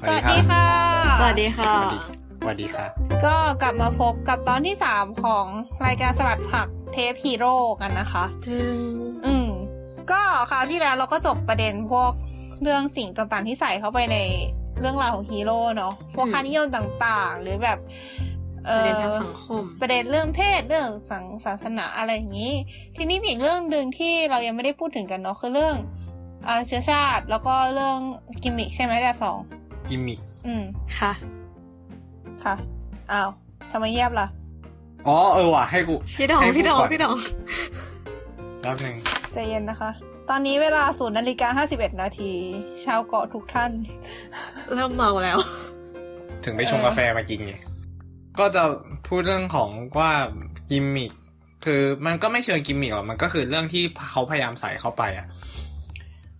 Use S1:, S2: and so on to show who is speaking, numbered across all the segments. S1: ส
S2: ส
S1: วัส
S2: วั
S1: ดี
S2: ส
S1: ครับ
S2: ดีค่ะ
S3: สวัสดีค่ะ
S1: สวัสดีครับ
S2: ก็กลับมาพบกับตอนที่สามของรายการสลัดผักเทปฮีโร่กันนะคะ อืม ก็คราวที่แล้วเราก็จบประเด็นพวกเรื่องสิ่งต่างๆที่ใส่เข้าไปในเรื่องราวของฮีโร่เนาะ พวก
S3: อืม
S2: ค่านิยมต่างๆ หรือแบบ
S3: ป
S2: เอ่
S3: ระ
S2: อ
S3: เด็นทางสังคม
S2: ประเด็นเรื่องเพศเรื่องสังศาสนาอะไรอย่างนี้ ทีนี้มีอีกเรื่องหนึ่งที่เรายังไม่ได้พูดถึงกันเนาะคือเรื่องเอ่อเชื้อชาติแล้วก็เรื่องกิมมิคใช่ไหมแต่สอง
S1: กิมมิค
S2: อืม
S3: ค่ะ
S2: ค่ะ อ้าวทำไมเงียบล่ะ
S1: อ๋อเออว่ะให้กู
S3: พี่ดอง
S1: ให้พูด
S3: พี่ดอง
S1: ก่อน
S3: พี่ดอง
S1: แป๊บหนึ่ง
S2: ใจเย็นนะคะ ตอนนี้เวลาศูนย์นาฬิกาห้าสิบเอ็ดนาที ชาวเกาะทุกท่าน
S3: เริ่มเมาแล้ว
S1: ถึงไปชง
S2: เออ
S1: กาแฟมากินไง ก็จะพูดเรื่องของว่ากิมมิคคือมันก็ไม่เชิงกิมมิคหรอกมันก็คือเรื่องที่เขาพยายามใส่เข้าไปอ่ะ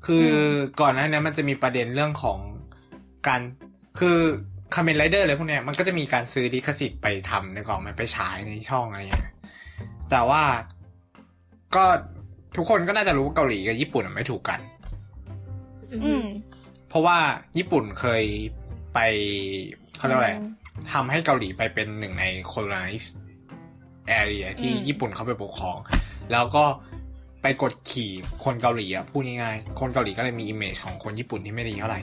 S1: คืออก่อนหน้านี้มันจะมีประเด็นเรื่องของการคือคาเมนไรเดอร์อะไรพวกเนี้ยมันก็จะมีการซื้อลิขสิทธิ์ไปทำนึกออกไหมไปฉายในช่องอะไรเงี้ยแต่ว่าก็ทุกคนก็น่าจะรู้ว่าเกาหลีกับญี่ปุ่นอะไม่ถูกกัน
S2: อืม
S1: เพราะว่าญี่ปุ่นเคยไปเขาเรียกว่าอะไร
S2: อืม
S1: ทำให้เกาหลีไปเป็นหนึ่งใน colonized area ที่
S2: อืม
S1: ญี่ปุ่นเขาไปปกครอง แล้วก็ไปกดขี่คนเกาหลีอะพูดง่ายๆ คนเกาหลีก็เลยมี image ของคนญี่ปุ่นที่ไม่ดีเท่าไหร่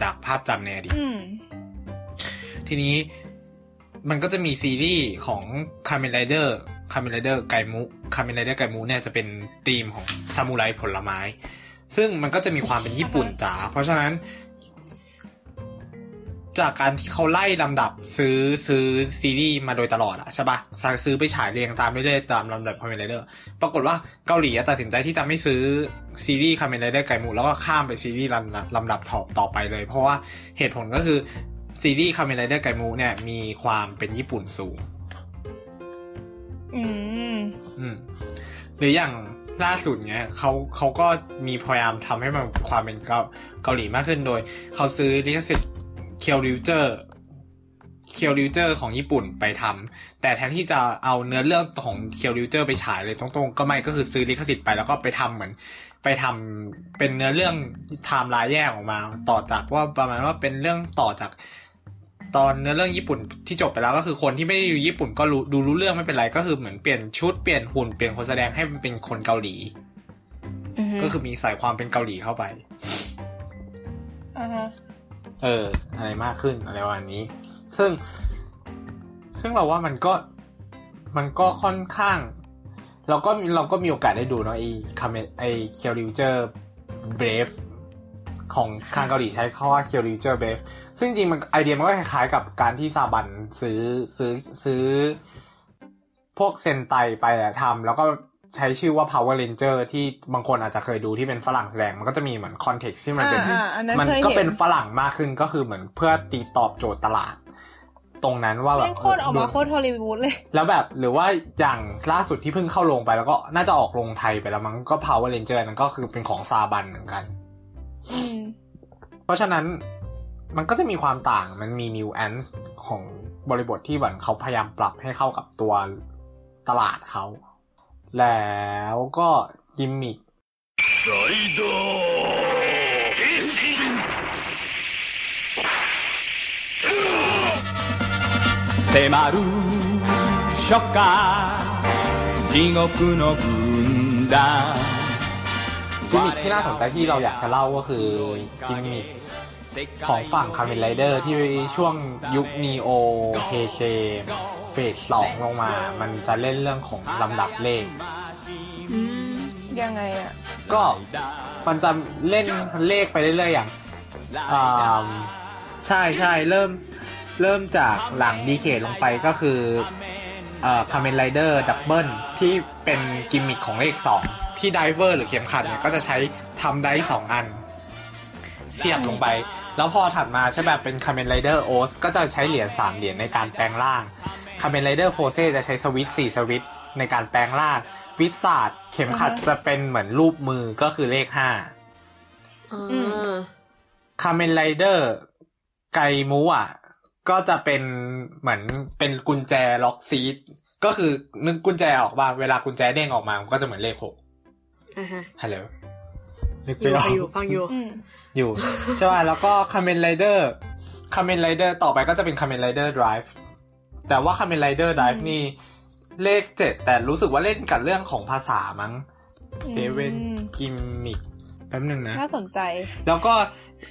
S1: จากภาพจำในอดีต
S2: อืม
S1: ทีนี้มันก็จะมีซีรีส์ของ c a m e n Rider c a m e n Rider ไกมุ c a m e n Rider ไกมุเนี่ยจะเป็นธีมของซามูไรผลไม้ ซึ่งมันก็จะมีความเป็นญี่ปุ่นจ๋า เพราะฉะนั้น จากการที่เขาไล่ลำดับซื้อซื้อซีรีส์มาโดยตลอดอะใช่ปะซื้อไปฉายเรียงตามเรื่อยๆตามลำดับ c a m e n Rider ปรากฏว่าเกาหลีอะตัดสินใจที่จะไม่ซื้อซีรีส์คาเมนไรเดอร์ไกมูแล้วก็ข้ามไปซีรีส์ลำดับลำดับถอบต่อไปเลย เพราะว่าเหตุผลก็คือซีรีส์คาเมนไรเดอร์ไกมูเนี่ยมีความเป็นญี่ปุ่นสูง
S2: อืม
S1: อืมหรืออย่างล่าสุดเนี้ยเขาเขาก็มีพยายามทำให้มันความเป็นเกาเกาหลีมากขึ้นโดย เขาซื้อลิขสิทธิ์เคียวริวเจอร์เคียวริวเจอร์ของญี่ปุ่นไปทำแต่แทนที่จะเอาเนื้อเรื่องของเคียวริวเจอร์ไปฉายเลยตรงๆ ก็ไม่ก็คือซื้อลิขสิทธิ์ไปแล้วก็ไปทำเหมือน ไปทำเป็นเนื้อเรื่องไทม์ไลน์แยกออกมา ต่อจากว่าประมาณว่าเป็นเรื่องต่อจาก ตอนเนื้อเรื่องญี่ปุ่นที่จบไปแล้วก็คือคนที่ไม่ได้อยู่ญี่ปุ่นก็รู้ดูรู้เรื่องไม่เป็นไรก็คือเหมือนเปลี่ยนชุดเปลี่ยนหุ่นเปลี่ยนคนแสดงให้มันเป็นคนเกาหลี ก็คือมีใส่ความเป็นเกาหลีเข้าไป
S2: อ่าฮะ
S1: เออ อะไรมากขึ้นอะไรประมาณนี้ ซึ่ง ซึ่งเราว่ามันก็มันก็ค่อนข้าง เราก็เราก็มีโอกาสได้ดูเนาะไอ้คาเมไอ้เคียวริวเจอร์เบรฟของทางเกาหลีใช้คำว่าเคียวริวเจอร์เบรฟซึ่งจริงๆมันไอเดียมันก็คล้ายๆกับการที่ซาบันซื้อซื้อซื้อ พวกเซนไตไปอะทำแล้วก็ใช้ชื่อว่า Power Ranger ที่บางคนอาจจะเคยดูที่เป็นฝรั่งแสดง มันก็จะมีเหมือนคอนเท็กซ์ที่มัน
S2: อ่า
S1: เป็น
S2: อ่าอันนั้น
S1: มัน
S2: เคย
S1: ก็
S2: เห็
S1: เป็น นฝรั่งมากขึ้นก็คือเหมือนเพื่อตีตอบโจทย์ตลาด ตรงนั้นว่าแบ
S2: แม่
S1: บ
S2: งโคตรออกมาโคตรฮอลลีวูดเลย
S1: แล้วแบบหรือว่าอย่างล่าสุดที่เพิ่งเข้าลงไปแล้วก็น่าจะออกลงไทยไปแล้วมั้งก็ Power Ranger นั่นก็คือเป็นของซาบันเหมือนกัน
S2: อืม
S1: เพราะฉะนั้นมันก็จะมีความต่างมันมี New a n s ของบริบทที่เหมือนเขาพยายามปรับให้เข้ากับตัวตลาดเขา แล้วก็กิมมิค
S4: ライド変身
S5: 迫る初夏地獄の軍団
S1: ギミックなのだけเราอยากจะเล่าก็คือギミッ ของฝั่งคาเมนไรเดอร์ที่ช่วงยุคนีโอเคเคเฟสสองลงมา มันจะเล่นเรื่องของลำดับเลข
S3: อืม
S2: ยังไงอ่ะ
S1: ก็มันจะเล่นเลขไปเรื่อยๆอย่างอ่ามใช่ใช่เริ่มเริ่มจากหลังดีเคลงไปก็คือเอ่อคาเมนไรเดอร์ดับเบิลที่เป็นกิมมิคของเลข 2 ที่ไดเวอร์หรือเข็มขัดเนี่ยก็จะใช้ทำได้สองอัน เสียบลงไป แล้วพอถัดมาใช่แบบเป็นคาเมนไรเดอร์โอสก็จะใช้เหรียญ3เหรียญในการแปลงร่างคาเมนไรเดอร์โฟเซจะใช้สวิตช์4สวิตช์ในการแปลงร่าง วิศาสตร์เข็มขัด
S2: อือฮะ
S1: จะเป็นเหมือนรูปมือก็คือเลข 5
S3: อ่
S2: อืม
S3: า
S1: คาเมนไรเดอร์ไกมูอ่ะ ก็จะเป็นเหมือนเป็นกุญแจล็อกซีดก็คือนึกกุญแจออกมาเวลากุญแจเด้งออกมามันก็จะเหมือนเลขหก
S3: อ่าฮะ
S1: ฮัลโหลนึก
S3: อ
S1: ไป
S3: ยู่
S1: อ
S3: ไป
S1: อ
S3: อ
S1: ก
S3: ยู่ฟังอยู่
S2: อืม
S1: อยู่ ใช่ป่ะแล้วก็ค a เมนไรเดอร์ค m เมนไรเดอร์ต่อไปก็จะเป็นค a เมนไรเดอร์ด v e แต่ว่าค a เมนไรเดอร์ด v e นี่เลขเจ็ดแต่รู้สึกว่าเล่นกับเรื่องของภาษามั้งเซเว่น
S2: อืม
S1: กิมมิกแป๊บหนึ่งนะ
S2: น่าสนใจ
S1: แล้วก็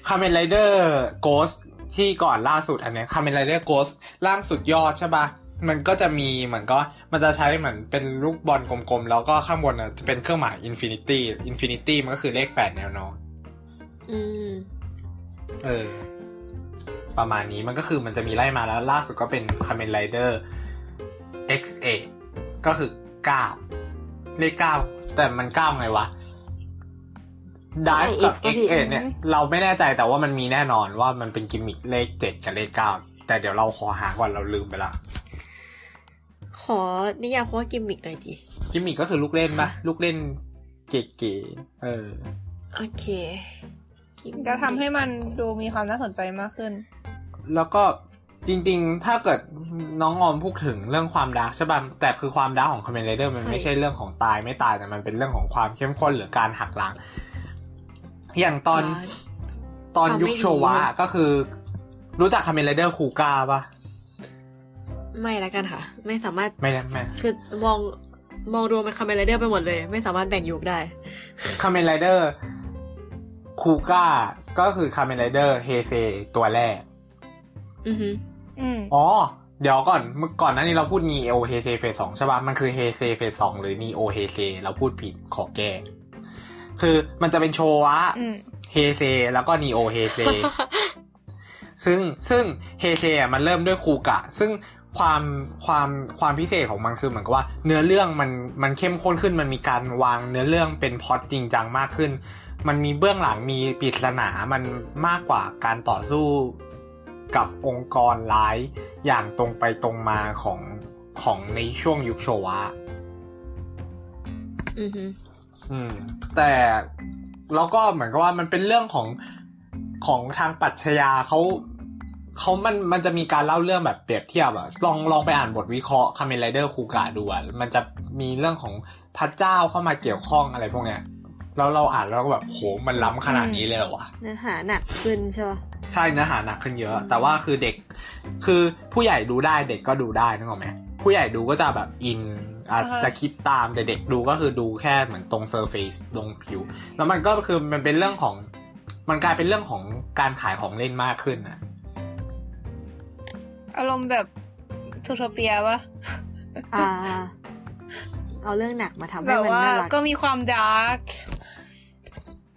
S1: ค a เมนไรเดอร์โกสที่ก่อนล่าสุดอันเนี้ยค a เมนไรเดอร์โกสล่างสุดยอดใช่ปะมันก็จะมีเหมือนก็มันจะใช้เหมือนเป็นลูกบอลกลมๆ แล้วก็ข้างบนน่ะจะเป็นเครื่องหมายอินฟินิตี้อินฟินิตี้มันก็คือเลขแปดแนวนอน
S3: อืม
S1: เออ ประมาณนี้มันก็คือมันจะมีไล่มาแล้วล่าสุดก็เป็น c a m e n Rider XA ก็คือ 9 เลข 9 แต่มัน 9 ไงวะ Dive กับ
S3: ก็คือ
S1: XA เนี่ย เราไม่แน่ใจแต่ว่ามันมีแน่นอนว่ามันเป็นกิมมิคเลข 7 กับเลข 9 แต่เดี๋ยวเราขอหาก่อนเราลืมไปละ
S3: ขอนิยามคำว่ากิมมิกหน่อยดิ
S1: กิมมิคก็คือลูกเล่นปะลูกเล่นเก๋ๆเออ
S3: โอเคกิมมิค
S2: จะทำให้มันดูมีความน่าสนใจมากขึ้น
S1: แล้วก็จริงๆ ถ้าเกิดน้องออมพูดถึงเรื่องความดาร์กใช่ป่ะแต่คือความดาร์กของคอมเมนไรเดอร์มันไม่ใช่เรื่องของตายไม่ตายแต่มันเป็นเรื่องของความเข้มข้นหรือการหักล้าง อย่างตอน
S3: อ่า
S1: ตอน
S3: ความไม่
S1: ยุคโชวะ
S3: ดี
S1: ก็คือ รู้จักคอมเมนไรเดอร์คูกาป่ะ
S3: ไม่ละกันค่ะ ไม่สามารถ
S1: ไม่นะไม่
S3: คือมองมองรวมเป็นคาเมนไรเดอร์ไปหมดเลย ไม่สามารถแบ่งยุคได้
S1: คอมเมนไรเดอร์คูกาก็คือคอมเมนไรเดอร์เฮเซตัวแรก
S3: อือฮึ
S2: อืม
S1: อ๋อ เดี๋ยวก่อนเมื่อก่อนหนั้านนี้เราพูดนีโอเฮเซเฟสสองใช่ป่ะ มันคือเฮเซเฟสสองหรือนีโอเฮเซเราพูดผิดขอแก้ คือมันจะเป็นโชวะ
S2: อืม
S1: เฮเซแล้วก็นีโอเฮเซ ซึ่งซึ่งเฮเซอ่ะมันเริ่มด้วยคูกะ ซึ่งความความความพิเศษของมันคือเหมือนกับว่า เนื้อเรื่องมันมันเข้มข้นขึ้นมันมีการวางเนื้อเรื่องเป็นพล็อตจริงจังมากขึ้น มันมีเบื้องหลังมีปริศนามันมากกว่าการต่อสู้กับองค์กรร้ายอย่างตรงไปตรงมาของของในช่วงยุคโชวะ
S3: อือฮึ
S1: อืมแต่แล้วก็เหมือนกับว่ามันเป็นเรื่องของของทางปรัชญาเขาเขามันมันจะมีการเล่าเรื่องแบบเปรียบเทียบอะลองลองไปอ่านบทวิเคราะห์คาเมนไรเดอร์คูกาดูอะมันจะมีเรื่องของพระเจ้าเข้ามาเกี่ยวข้องอะไรพวกเนี้ยแล้วเราอ่านแล้วก็แบบโหมันล้ำขนาดนี้เลยเหรอวะ
S3: เนื้อหาหนักขึ้นใช่ปะ
S1: ใช่เนื้อหาหนักขึ้นเยอะ แต่ว่าคือเด็ก คือผู้ใหญ่ดูได้เด็กก็ดูได้นึกออกไหมผู้ใหญ่ดูก็จะแบบอินอาจ
S2: อ่าฮะ
S1: จะคิดตามแต่เด็กดูก็คือดูแค่เหมือนตรงเซอร์เฟซตรงผิว แล้วมันก็คือมันเป็นเรื่องของ มันกลายเป็นเรื่องของการขายของเล่นมากขึ้นนะ
S2: อารมณ์แบบทูโทเปียวะ
S3: อ่า เอาเรื่องหนักมาทำ
S2: แบ
S3: ให้
S2: บ
S3: มัน
S2: ว่า
S3: น่ารัก
S2: ก็มีความดาร์ก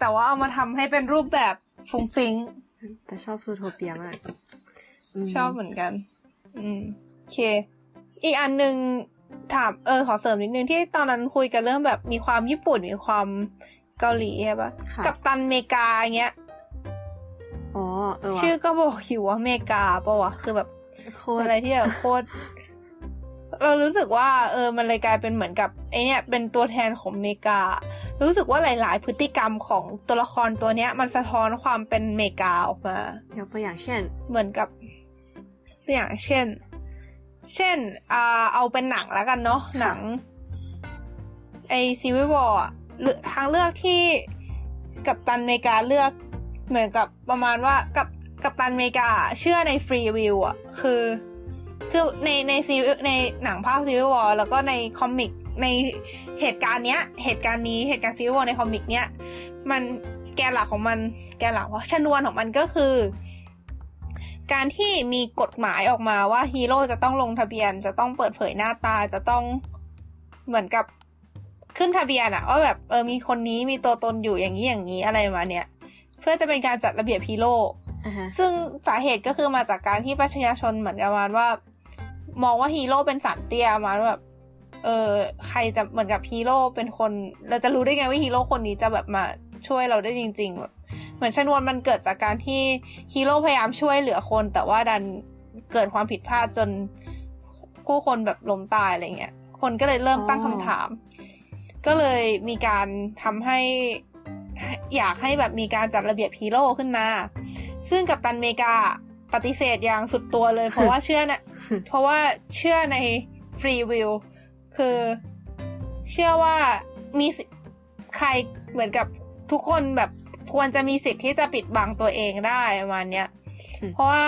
S2: แต่ว่าเอามาทำให้เป็นรูปแบบฟุ้งฟิ้ง
S3: แต่ชอบซูโทเปียมากม
S2: ชอบเหมือนกัน อืมโอเค อีกอันหนึ่งถามเออขอเสริมนิดนึงที่ตอนนั้นคุยกันเรื่องแบบมีความญี่ปุ่นมีความเกาหลีใช่ปะ
S3: ค่ะ
S2: กับตันเมกาอย่างเงี้ย
S3: อ๋อเออว่ะ
S2: ชื่อก็บอกอยู่ว่าเมกาปะวะคือแบบ
S3: โคต
S2: อะไร
S3: ร
S2: ที่แบบโคตร เรารู้สึกว่า เออ มันเลยกลายเป็นเหมือนกับไอเนี่ยเป็นตัวแทนของเมกา รู้สึกว่าหลาย ๆ พฤติกรรมของตัวละครตัวเนี้ย มันสะท้อนความเป็นเมกาออกมา
S3: ยกตัวอย่างเช่น
S2: เหมือนกับตัวอย่างเช่น เช่นอ่าเอาเป็นหนังแล้วกันเนาะหนัง ไอซีวิวอร์ทางเลือกที่กัปตันอเมริกาเลือก เหมือนกับประมาณว่ากับกัปตันอเมริกาเชื่อในฟรีวิวอะคือคือในในซีในหนังภาคซีวิวอร์แล้วก็ในคอมิกในเหตุการณ์เนี้ย เหตุการณ์นี้เหตุการณ์ซีวิวอร์ในคอมิกเนี้ย มันแกนหลักของมันแกนหลักว่าชนวนของมันก็คือ การที่มีกฎหมายออกมาว่าฮีโร่จะต้องลงทะเบียน จะต้องเปิดเผยหน้าตาจะต้องเหมือนกับขึ้นทะเบียนอะว่าแบบเออมีคนนี้มีตัวตนอยู่อย่างนี้อย่างนี้อะไรประมาณเนี้ยเพื่อจะเป็นการจัดระเบียบฮีโร่
S3: อ่าฮะ
S2: ซึ่งสาเหตุก็คือมาจากการที่ประชาชนเหมือนประมาณว่า มองว่าฮีโร่เป็นสัตว์เตี้ยประมาณว่าแบบเออใครจะเหมือนกับฮีโร่เป็นคน เราจะรู้ได้ไงว่าฮีโร่คนนี้จะแบบมาช่วยเราได้จริงๆแบบเหมือนชนวนมันเกิดจากการที่ฮีโร่พยายามช่วยเหลือคน แต่ว่าดันเกิดความผิดพลาดจนผู้คนแบบล้มตายอะไรเงี้ยคนก็เลยเริ่มตั้ง
S3: อ๋
S2: คำ
S3: อ
S2: ถาม ก็เลยมีการทำให้ให้อยากให้แบบมีการจัดระเบียบฮีโร่ขึ้นมา ซึ่งกัปตันอเมริกาปฏิเสธอย่างสุดตัวเลย เพราะว่าเชื่อนะ เพราะว่าเชื่อในฟรีวิวคือเชื่อว่ามีสิใครเหมือนกับทุกคนแบบ ควรจะมีสิทธิ์ที่จะปิดบังตัวเองได้ประมาณเนี้ย
S3: อืม
S2: เพราะว่า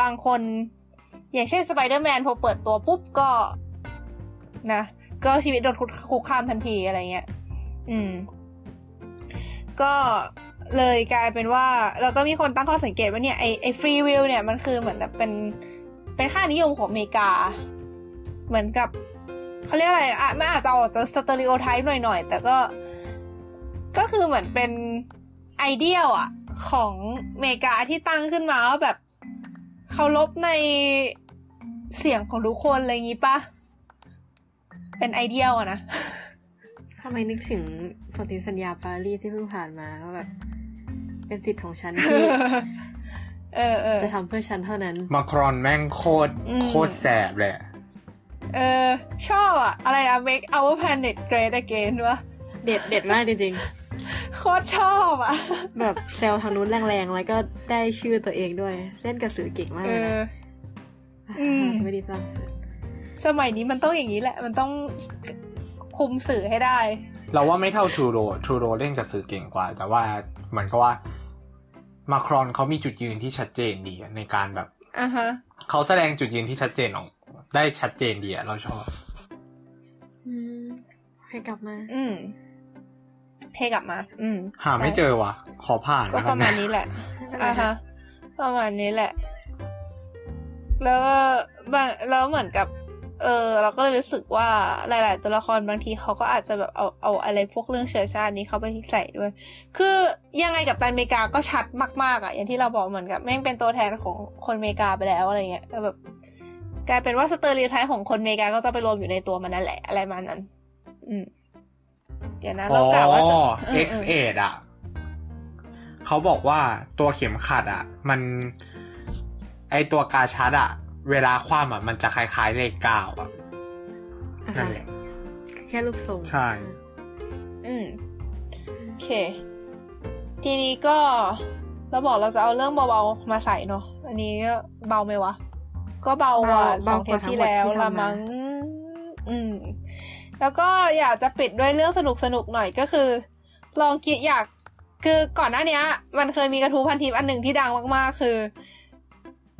S2: บางคน อย่างเช่นสไปเดอร์แมนพอเปิดตัวปุ๊บก็ นะ ก็ชีวิตโดนคุกคามทันทีอะไรเงี้ย อืม ก็เลยกลายเป็นว่าเราก็มีคนตั้งข้อสังเกตว่าเนี่ยไอไอฟรีวิลเนี่ยมันคือเหมือนแบบเป็นเป็นค่านิยมของอเมริกา เหมือนกับเขาเรียกอะไรอ่ะมันอาจจะออกจะสเตอริโอไทป์หน่อยๆ แต่ก็ ก็คือเหมือนเป็นไอเดียลอะของอเมริกาที่ตั้งขึ้นมาว่าแบบเคารพในเสียงของทุกคนอะไรอย่างงี้ปะเป็นไอเดียลอะนะ
S3: ทำไมนึกถึงสนธิสัญญาปารีสที่เพิ่งผ่านมาว่าแบบเป็นสิทธิ์ของฉันที่
S2: เออ เออ
S3: จะทำเพื่อฉันเท่านั้น
S1: มาครอนแม่งโคตร
S2: อืม
S1: โคตรแสบเลยอะ
S2: เออ ชอบอะอะไรอะ make our planet great again วะ
S3: เด็ดเด็ดมากจริง
S2: โคตรชอบอะ
S3: ๆ แบบเซลล์ทางนู้นแรงๆ แล้วก็ได้ชื่อตัวเองด้วย เล่นกับสื่อเก่งมาก
S2: เอ
S3: เลย
S2: อ
S3: นะ
S2: อืม
S3: ไม่ได้ปลังเศส
S2: สมัยนี้มันต้องอย่างนี้แหละ มันต้องคุมสื่อให้ได้
S1: เราว่าไม่เท่าทรูโรทรูโรเล่นกับสื่อเก่งกว่า แต่ว่าเหมือนกับว่า มาครอนเขามีจุดยืนที่ชัดเจนดีอะในการแบบ
S2: อ่ะฮะ
S1: เขาแสดงจุดยืนที่ชัดเจนออกได้ชัดเจนดีอะเราชอบ
S3: อืมให้กลับมา
S2: อืมเทกลับมา อืม
S1: หาไม่เจอว่ะ ขอผ่าน
S2: ก็
S1: นะค
S2: ป
S1: รับ
S2: ระมา
S1: เนี่
S2: ณ
S1: ย
S2: นี้แหละ
S3: ไม่เป็นไร
S2: อ่า
S3: ค่ะ
S2: ฮะ ประมาณนี้แหละ แล้วก็บางแล้วเหมือนกับ เออ เราก็เลยรู้สึกว่าหลาย ๆ ตัวละครบางทีเขาก็อาจจะแบบเอาเอาอะไรพวกเรื่องเชื้อชาตินี้เข้าไปใส่ด้วย คือยังไงกับตันอเมริกาก็ชัดมาก ๆ อ่ะ อย่างที่เราบอกเหมือนกับแม่งเป็นตัวแทนของคนอเมริกาไปแล้วอะไรเงี้ยแล้วแบบกลายเป็นว่าสเตอริโอไทป์ของคนอเมริกาก็จะไปรวมอยู่ในตัวมันนั่นแหละอะไรประมาณนั้น อืม เดี๋ยวนะ
S1: อ๋
S2: เรากล่าวว่าจะ
S1: อ
S2: ม
S1: X เอดอะเขาบอกว่าตัวเข็มขัดอะมัน ไอตัวกาชัดอะเวลาคว่ำอะมันจะคล้ายๆเลขเก้าอะ
S3: อ่ะ
S1: นั่นแหละ
S3: แค่รูปทรง
S1: ใช่
S2: อืม โอเค ทีนี้ก็เราบอกเราจะเอาเรื่องเบาๆมาใส่เนาะอันนี้ก็เบาไหมวะ ก็เบากว่าสองเทปที่แล้วละมั้งอืม แล้วก็อยากจะปิดด้วยเรื่องสนุกๆหน่อยก็คือ ลองคิดอยากคือก่อนหน้าเนี้ย มันเคยมีกระทู้พันทิปอันหนึ่งที่ดังมากๆ คือ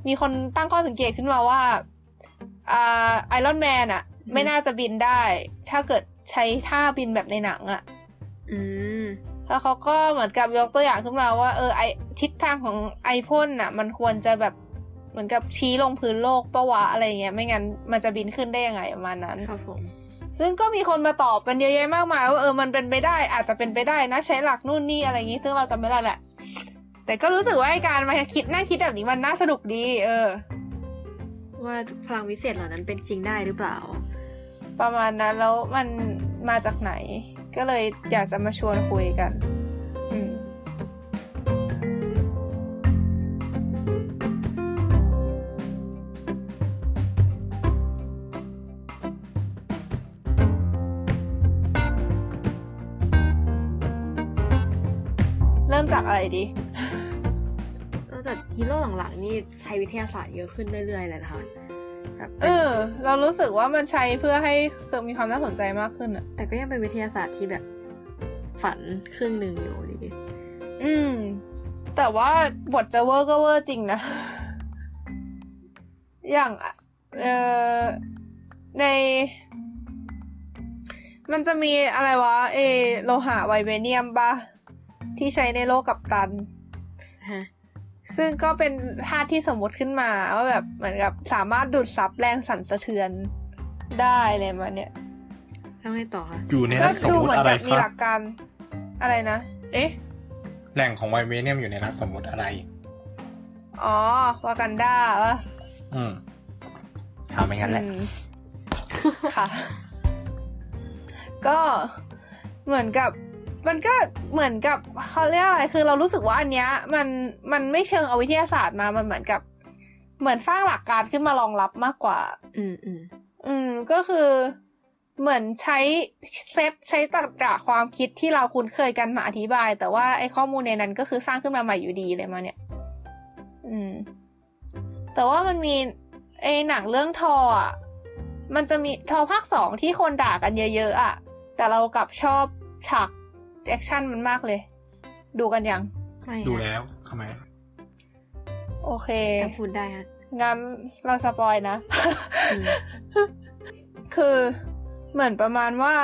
S2: มีคนตั้งข้อสังเกตขึ้นมาว่าอ่าไอรอนแมนอะไม่น่าจะบินได้ ถ้าเกิดใช้ท่าบินแบบในหนังอะ
S3: อืม
S2: แล้วเขาก็เหมือนกับยกตัวอย่างขึ้นมาว่า เออไอทิศทางของไอพ่นน่ะ มันควรจะแบบเหมือนกับชี้ลงพื้นโลกปะวะอะไรเงี้ยไม่งั้นมันจะบินขึ้นได้ยังไงประมาณนั้น
S3: ครับผม
S2: ซึ่งก็มีคนมาตอบกันเยอะแยะมากมายว่าเออมันเป็นไปได้ อาจจะเป็นไปได้นะใช้หลักนู่นนี่อะไรอย่างงี้ ซึ่งเราจำไม่ได้แหละ แต่ก็รู้สึกว่าไอการมาคิดนั่งคิดแบบนี้มันน่าสนุกดี เออ
S3: ว่าพลังวิเศษเหล่านั้นเป็นจริงได้หรือเปล่า
S2: ประมาณนั้นแล้วมันมาจากไหน ก็เลยอยากจะมาชวนคุยกัน อืม เริ่มจากอะไรดี
S3: ตั้งแต่ฮีโร่หลังๆนี่ใช้วิทยาศาสตร์เยอะขึ้นเรื่อยๆเลยนะคะแบบ
S2: เออ เรารู้สึกว่ามันใช้เพื่อให้เกิดมีความน่าสนใจมากขึ้นอะ
S3: แต่ก็ยังเป็นวิทยาศาสตร์ที่แบบฝันครึ่งหนึ่งอยู่ดี
S2: อืม แต่ว่าบทจะเวอร์ก็เวอร์จริงนะ อย่างเออใน มันจะมีอะไรวะ เอโลหะไวเบเนียมปะที่ใช้ในโลกกับตัน
S3: ฮะ
S2: ซึ่งก็เป็นธาตุที่สมมติขึ้นมาว่าแบบเหมือนกับสามารถดูดซับแรงสั่นสะเทือนได้อะไรมาเนี่ย
S3: แล้วไงต่อคะ
S1: อยู่ใน
S2: ก็
S1: รัฐสม
S2: ดู
S1: มติ
S2: เหมือน
S1: อะไร
S2: กับ
S1: ค
S2: มีห
S1: รั
S2: ลั
S1: บ
S2: กการอะไรนะ เอ๊ะ
S1: แหล่งของไวเมเนียมอยู่ในรัฐสมมติอะไร
S2: อ๋อวากันดาวะ
S1: อืมถามไปงั้นแหละ
S2: อืมค่ะ ก็เหมือนกับ มันก็เหมือนกับเขาเรียกอะไร คือเรารู้สึกว่าอันเนี้ย มันมันไม่เชิงเอาวิทยาศาสตร์มา มันเหมือนกับ เหมือนสร้างหลักการขึ้นมารองรับมากกว่า
S3: อืมอืม
S2: อืมก็คือเหมือนใช้เซตใช้ตรรกะความคิดที่เราคุ้นเคยกันมาอธิบาย แต่ว่าไอ้ข้อมูลในนั้นก็คือสร้างขึ้นมาใหม่อยู่ดีเลยมาเนี่ย อืม แต่ว่ามันมีไอ้หนังเรื่องทออ่ะมันจะมีทอภาคสองที่คนด่ากันเยอะๆอ่ะแต่เรากลับชอบฉากแอคชั่นมันมากเลย ดูกันยัง
S6: ไม่
S1: ดู
S6: ฮะ
S1: แล้วทำไม
S2: โอเค
S6: แต่พูดได้ฮะ
S2: งั้นเราสปอยนะ
S6: อืม
S2: คือเหมือนประมาณว่า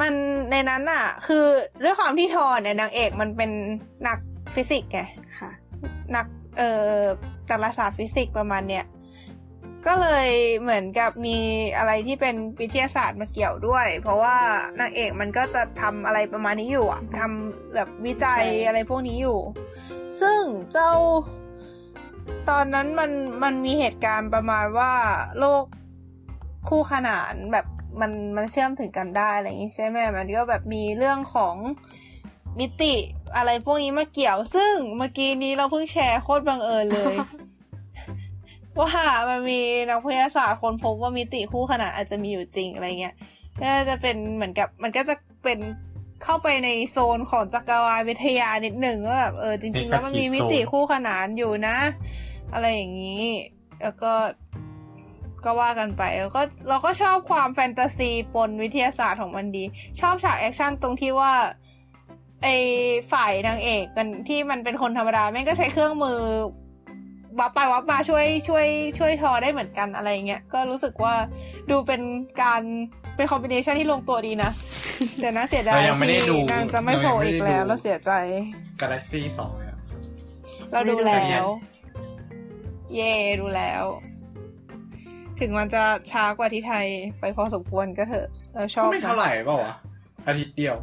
S2: มันในนั้นอะคือด้วยความที่ทอนเนี่ยนางเอกมันเป็นนักฟิสิกส์ไง
S6: ค่ะ
S2: นักเอ่อดาราศาสตร์ฟิสิกส์ประมาณเนี้ยก็เลยเหมือนกับมีอะไรที่เป็นวิทยาศาสตร์มาเกี่ยวด้วย เพราะว่านางเอกมันก็จะทำอะไรประมาณนี้อยู่อะทำแบบวิจัย
S6: ใช่
S2: อะไรพวกนี้อยู่ ซึ่งเจ้าตอนนั้นมันมันมีเหตุการณ์ประมาณว่าโลกคู่ขนานแบบมันมันเชื่อมถึงกันได้อะไรอย่างนี้ใช่ไหมมันก็แบบมีเรื่องของมิติอะไรพวกนี้มาเกี่ยว ซึ่งเมื่อกี้นี้เราเพิ่งแชร์โคตรบังเอิญเลย ว่ามันมีนักวิทยาศาสตร์คนพบว่ามิติคู่ขนานอาจจะมีอยู่จริงอะไรเงี้ยก็จะเป็นเหมือนกับ มันก็จะเป็นเข้าไปในโซนของจักรวาลวิทยานิดหนึ่งว่าแบบเออจริงๆ แล้วมันมีมิติคู่ขนานอยู่นะ อะไรอย่างนี้ แล้วก็ก็ว่ากันไปแล้วก็เราก็ชอบความแฟนตาซีปนวิทยาศาสตร์ของมันดี ชอบฉากแอคชั่นตรงที่ว่าไอฝ่ายนางเอกกันที่มันเป็นคนธรรมดาแม่งก็ใช้เครื่องมือ วับไปวับมาช่วยช่วย ช่วยทอได้เหมือนกันอะไรเงี้ยก็รู้สึกว่าดูเป็นการเป็นคอมบิเนชันที่ลงตัวดีนะ แต่น่าเสียดาย
S1: เรายังไม่ได้ดู
S2: ที่นางจะไม่โผล่อีกแล้
S1: เรายังไม่ได้
S2: ว
S1: ดู
S2: เราเสียใจ
S1: กาแล็กซี่สองเนี่ย
S2: เราดู
S6: ไม่
S2: แล้
S6: ดูแล้ว ว
S2: เย่ดูแล้ว ถึงมันจะช้ากว่าที่ไทยไปพอสมควรก็เถอะ เราชอ
S1: ก็
S2: บ
S1: ไม่เท่าไหร่เปล่าวะอาทิตย์เดียว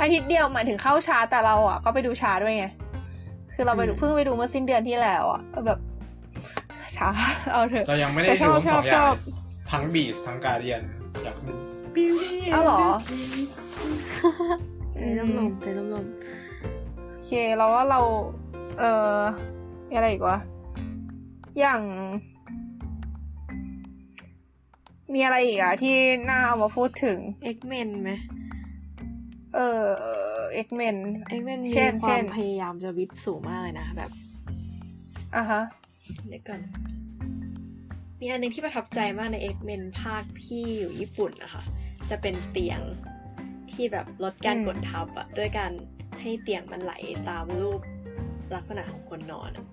S2: อาทิตย์เดียวหมายถึงเข้าช้าแต่เราอ่ะ ก็ไปดูช้าด้วยไง คือเราไปดู
S6: อืม
S2: เพิ่งไปดูเมื่อสิ้นเดือนที่แล้วอ่ะแบบ ช้า เอาเถอะ
S1: เรายังไม่ได้
S2: แต่ช
S1: ดู
S2: อบ
S1: ทั้งสองอ
S2: ช
S1: ย่า
S2: อง บ
S1: ทั้งบีสทั้งการเดียนอยากดู
S2: อ้าวเหรอ
S6: ใจร่มลมๆใจร่มลม
S2: โอเคเราว่าเรา เออมีอะไรอีกวะ อย่าง มีอะไรอีกอะที่น่าเอามาพูดถึง
S6: เอ็กเมนไหม
S2: เออเอ็กเมน
S6: เอ็กเมนมี
S2: เช่น
S6: ค
S2: เช่
S6: วาม
S2: น
S6: พยายามจะวิทย์สูงมากเลยนะ แบบ
S2: อ่ะฮะ
S6: เดี๋ยวก่อนมีอันหนึงที่ประทับใจมากในเอ็กเมนภาคที่อยู่ญี่ปุ่นนะคะจะเป็นเตียงที่แบบลดการ
S2: อืม
S6: กดทับอะด้วยการให้เตียงมันไหลตามรูปลักษณะของคนนอนอะ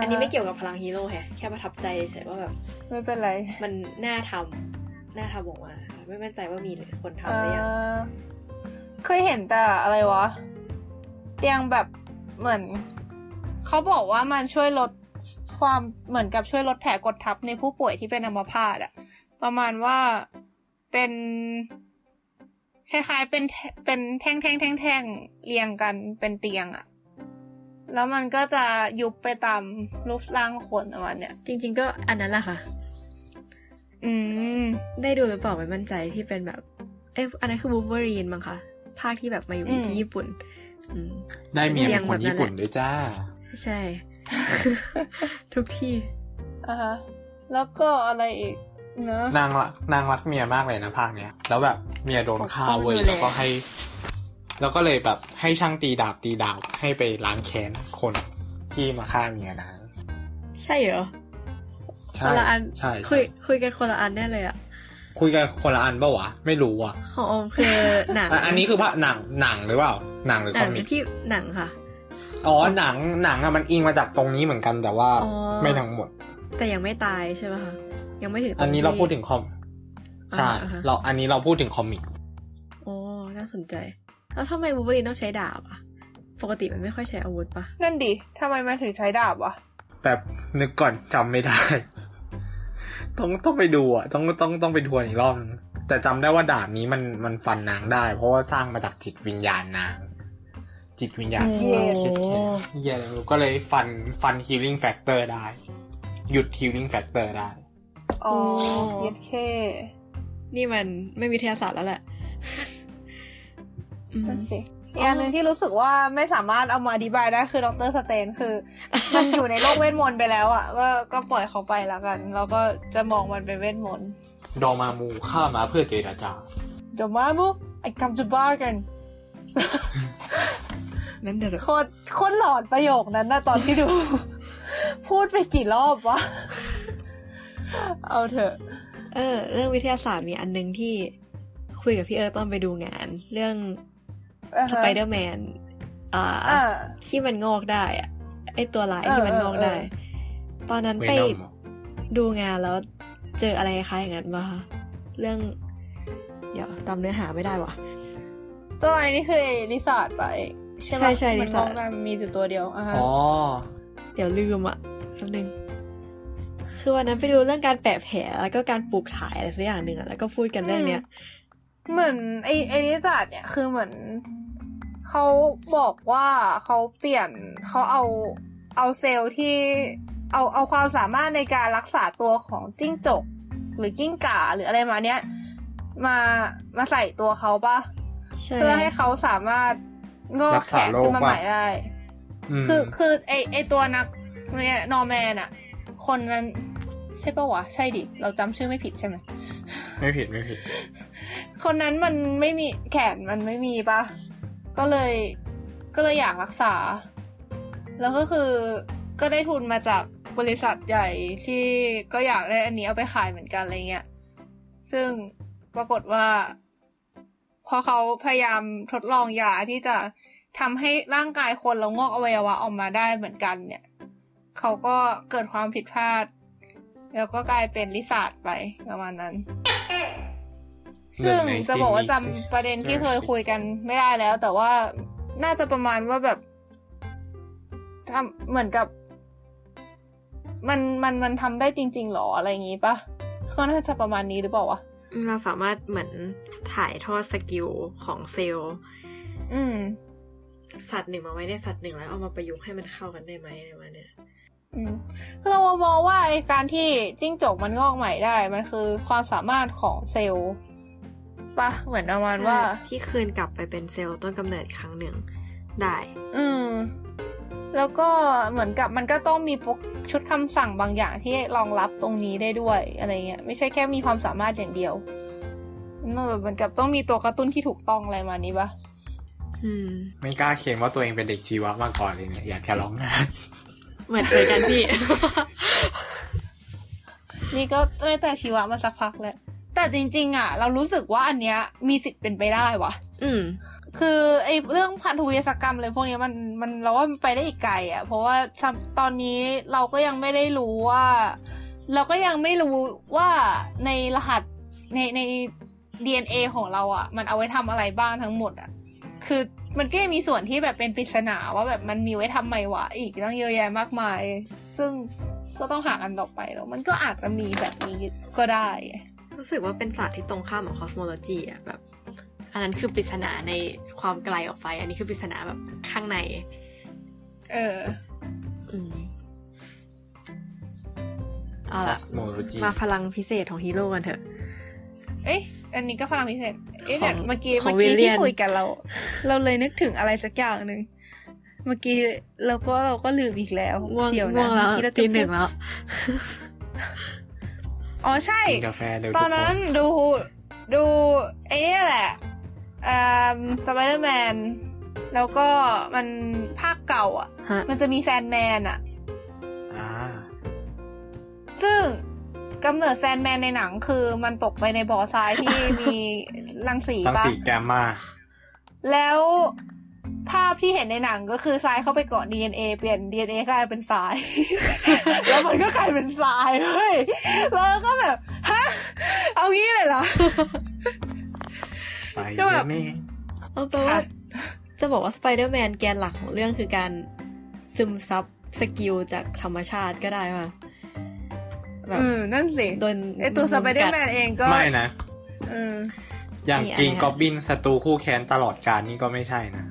S6: อันนี้ไม่เกี่ยวกับพลังฮีโร่แฮะแค่ประทับใจเฉยๆว่าแบบ
S2: ไม่เป็นไร
S6: มันน่าทำน่าทำออกมาค่ะไม่มั่นใจว่ามีคน
S2: เอ
S6: ทำหรือยัง
S2: อเคยเห็นแต่อะไรวะ เตียงแบบเหมือน เขาบอกว่ามันช่วยลดความเหมือนกับช่วยลดแผลกดทับในผู้ป่วยที่เป็นอัมพาตอะประมาณว่าเป็นคล้ายๆเป็นแทเป็นแท่งๆแท่งๆเรียงกันเป็นเตียงอะแล้วมันก็จะยุบไปตามรูปร่างคนประมาณเนี้ย
S6: จริง ๆ ก็อันนั้นแหละค่ะ
S2: อืม
S6: ได้ดูหรือเปล่าไม่มั่นใจที่เป็นแบบ เอ้ยอันนั้นคือบูเบอรีนมั้งคะภาคที่แบบมาอยู่
S2: อืม
S6: ที่ญี่ปุ่น อืม
S1: ได้เมีย
S6: เรี
S1: เป็
S6: ยง
S1: นคนญี่ปุ่น
S6: แบบนั้นแหละ
S1: ด้วยจ้า
S6: ใช่ ทุกที่
S2: อ่าฮะแล้วก็อะไรอีกเนอะ
S1: นางรักนางรักเมียมากเลยนะภาคเนี้ย แล้วแบบเมียโดนฆ่าเว้ย
S6: ปกป้องดูแล
S1: แล้วก็ให้ แล้วก็เลยแบบให้ช่างตีดาบตีดาบให้ไปล้างแค้นคนที่มาฆ่าเมียนะ
S6: ใช่เหรอ
S1: ใช่
S6: คนละอัน
S1: ใช่
S6: คุยคุยกันคนละอันแน่เลยอะ
S1: คุยกันคนละอันเปล่าวะไม่รู้อ่ะ
S6: ของออมคือหนัง
S1: อ่ะอันนี้คือภาคหนังหนังหรือเปล่าหนังหรือ
S6: ห
S1: ค
S6: นั
S1: อง มิก
S6: ที่หนังค่ะ
S1: อ๋อหนังหนังอะมันอิงมาจากตรงนี้เหมือนกันแต่ว่า
S6: อ๋อ
S1: ไม่ทั้งหมด
S6: แต่ยังไม่ตายใช่ไหมคะยังไม่ถึงต
S1: อันนี้
S6: ที่
S1: เราพูดถึงคอมใช่
S6: อ่าฮะอ่าฮะ
S1: เราอันนี้เราพูดถึงคอมิก
S6: โอ้น่าสนใจ แล้วทำไมบูเบอรีนต้องใช้ดาบอะปกติมันไม่ค่อยใช้อาวุธปะ
S2: นั่นดิ ทำไมมันถึงใช้ดาบวะ
S1: แบบนึกก่อนจำไม่ได้ ต้องต้องไปดูอ่ะ ต้องต้องต้องไปทวนอีกรอบนึงแต่จำได้ว่าดาบนี้มันมันฟันนางได้ เพราะว่าสร้างมาจากจิตวิญญาณนาง จิตวิญญาณ
S2: โอ้
S1: ความคิดเห็นเหี้ยอะไรไม่รู้ก็เลยฟันฟันฮีลิ่งแฟกเตอร์ได้ หยุดฮีลิ่งแฟกเตอร์ได้
S2: อ๋อ
S6: โอ้
S2: เย็ดเค
S6: นี่มันไม่วิทยาศาสตร์แล้วแหละอืม
S2: นั่นสิอีกอันหนึ่งที่รู้สึกว่าไม่สามารถเอามาอธิบายได้คือดรสเตนคือ มันอยู่ในโลกเวทมนต์ไปแล้วอ่ะ ก็ก็ปล่อยเขาไปแล้วกัน แล้วก็จะมองมันเป็นเวทมนต์
S1: ดอมามูฆ่ามาเพื่อเจรจา
S2: เดี๋ยวมาบุ๊กไอ้กำจะบ้ากัน
S6: นั่นเดี๋ยว
S2: โคตรโคตรหลอนประโยคนั้นนะตอนที่ดู พูดไปกี่รอบวะ เอาเถอะ
S6: เออ เรื่องวิทยาศาสตร์มีอันหนึงที่คุยกับพี่เอิร์ธตอนไปดูงาน เรื่อง
S2: อ่า
S6: ส
S2: ฮะ
S6: ไปเดอร์แมน อ่า
S2: เออ
S6: ที่มันงอกได้อะไอตัวลายที่มันงอกได้
S2: เออเอ
S6: ตอนนั้น
S1: เว
S6: ไป
S1: นอมเหรอ
S6: ดูงานแล้วเจออะไรคล้ายอย่างนั้นมาคะเรื่อง เดี๋ยวจำเนื้อหาไม่ได้ว่ะ
S2: ตัวอะไรนี่คือรีสอร์ทไปะใช่ปะ
S6: ใช่ใช่
S2: มัน
S6: รีสอร์ท
S2: มองมันมีอยู่ตัวเดียวอ่าฮะ
S1: อ๋อ
S6: เดี๋ยวลืมอะแป๊บนึง คือวันนั้นไปดูเรื่องการแปะแผลแล้วก็การปลูกถ่ายอะไรสักอย่างหนึ่งอะแล้วก็พูดกันเรื่องเนี้ย
S2: เหมือนไอไอรีสอร์ทเนี่ยคือเหมือนเขาบอกว่าเขาเปลี่ยนเขาเอาเอาเซลล์ที่เอาเอาความสามารถในการรักษาตัวของจิ้งจก หรือกิ้งก่าหรืออะไรมาเนี้ยมามาใส่ตัวเขาปะ
S6: ใช่
S2: เพื่อให้เขาสามารถงอกแขนขึ้นมาใหม่ได้
S1: อืม
S2: คือคือไอไอตัวนักเนี่ยนอร์แมนอะคนนั้นใช่ปะวะ ใช่ดิ เราจำชื่อไม่ผิดใช่ไหม
S1: ไม่ผิดไม่ผิด
S2: คนนั้นมันไม่มีแขนมันไม่มีปะก็เลยก็เลยอยากรักษา แล้วก็คือก็ได้ทุนมาจากบริษัทใหญ่ที่ก็อยากได้อันนี้เอาไปขายเหมือนกันอะไรเงี้ย ซึ่งปรากฏว่า พอเขาพยายามทดลองยาที่จะทำให้ร่างกายคนเรางอกอวัยวะออกมาได้เหมือนกัน เนี่ย เขาก็เกิดความผิดพลาด แล้วก็กลายเป็นลิซาร์ดไปประมาณนั้น ซึ่ง
S1: หนึ่งใน
S2: จะบอกว่าจำ
S1: Sydney
S2: ประเด็นที่เคยคุยกันไม่ได้แล้ว แต่ว่าน่าจะประมาณว่าแบบทำเหมือนกับ มันมันมันทำได้จริง ๆหรออะไรอย่างงี้ปะก็น่าจะประมาณนี้หรือเปล่าวะ
S6: เราสามารถเหมือนถ่ายทอดสกิลของเซลล์
S2: อืม
S6: สัตว์หนึ่งมาไว้ในสัตว์หนึ่งแล้วเอามาประยุกต์ให้มันเข้ากันได้ไหมอะไรประมาณเนี้ย
S2: อืมคือเรามองว่าไอ้การที่จิ้งจกมันงอกใหม่ได้ มันคือความสามารถของเซลล์ปะเหมือนประมาณว่า
S6: ที่คืนกลับไปเป็นเซลล์ต้นกำเนิดครั้งหนึ่งได้
S2: อืม แล้วก็เหมือนกับมันก็ต้องมีปกชุดคำสั่งบางอย่างที่รองรับตรงนี้ได้ด้วยอะไรเงี้ย ไม่ใช่แค่มีความสามารถอย่างเดียวนั่นแบบเหมือนกับต้องมีตัวกระตุ้นที่ถูกต้องอะไรมานี้ปะ
S6: อืม
S1: ไม่กล้าเขียนว่าตัวเองเป็นเด็กชีวะมาก่อนเลยเนี่ยอยากแค่ร้องไห้
S6: เหมือนเหมือนกันพี่
S2: นี่ก็ไม่แต่ชีวะมาสักพักแล้ว แต่จริง ๆ อ่ะ เรารู้สึกว่าอันเนี้ยมีสิทธิ์เป็นไปได้วะ
S6: อืม
S2: คือไอ้เรื่องพันธุวิทยาศกรรมอะไรพวกเนี้ยมันมันเราว่ามันไปได้อีกไกลอะ่ะ เพราะว่าสำตอนนี้เราก็ยังไม่ได้รู้ว่า เราก็ยังไม่รู้ว่าในรหัสในใน DNA ของเราอะ่ะ มันเอาไว้ทำอะไรบ้างทั้งหมดอะ่ะ คือมันก็ยังมีส่วนที่แบบเป็นปริศนาว่าแบบมันมีไว้ทำไมวะอีกตั้งเยอะแยะมากมาย ซึ่งก็ต้องหากันต่อไปแล้ว มันก็อาจจะมีแบบนี้ก็ได้อะ
S6: รู้สึกว่าเป็นศาสตร์ที่ตรงข้ามของคอสโมโลจีอะแบบ อันนั้นคือปริศนาในความไกลออกไป อันนี้คือปริศนาแบบข้างใน
S2: เออ
S6: อืมเอาละ
S1: Cosmology
S6: มาพลังพิเศษของฮีโร่กันเถอะ
S2: เอ๊ะ อันนี้ก็พลังพิเศษ เอ๊ะ
S6: ของ
S2: เดี๋ยวเมื่อกี้
S6: ของ
S2: เมื่อกี้
S6: William
S2: ที่คุยกันเรา เราเลยนึกถึงอะไรสักอย่างหนึ่ง เมื่อกี้เราก็เราก็ลืมอีกแล้ว
S6: ง่วง
S2: เดี๋ยว
S6: ง่ว
S2: นะ
S6: งแล้ว
S2: เมื่อกี้เราจะ
S6: ตี
S2: พูด
S6: หนึ่งแล้ว
S2: อ๋อใช่
S1: กินกาแฟเดี๋ยว
S2: ต
S1: ทุ
S2: อก น
S1: ค
S2: นั้น
S1: น
S2: ดูดูไอ้เนี่ยแหละเอ่อสไปเดอร์แมน แล้วก็มันภาคเก่าอ่ะ
S6: ฮะ
S2: มันจะมีแซนแมนอ่ะ
S1: อ่า
S2: ซึ่งกำเนิดแซนแมนในหนังคือมันตกไปในบ่อทรายที่มีรังสี
S1: ตั้ง
S2: ปะ
S1: สี่แกมมา
S2: แล้วภาพที่เห็นในหนังก็คือทรายเข้าไปเกาะ DNA เปลี่ยน DNA กลายเป็นทราย แล้วมันก็กลายเป็นทราย เฮ้ยแล้วก็แบบ ฮะ เอางี้เลยเหรอ
S1: สไปเด
S2: ก็
S1: อ
S2: แบบ
S1: ร์แมน
S6: เออแปลว่า
S2: ค่ะ
S6: จะบอกว่าสไปเดอร์แมนแกนหลักของเรื่องคือการซึมซับสกิลจากธรรมชาติก็ได้ป่ะแบบ
S2: อืม นั่นสิ
S6: โดน
S2: ไอตัวสไปเดอร์แม
S6: กั
S2: นเองก็
S1: ไม่นะ
S2: อืม
S1: อย่าง
S6: มีอะไร
S1: กิน
S6: นะ
S1: กอบบินศัตรูคู่แค้นตลอดการนี่ก็ไม่ใช่นะ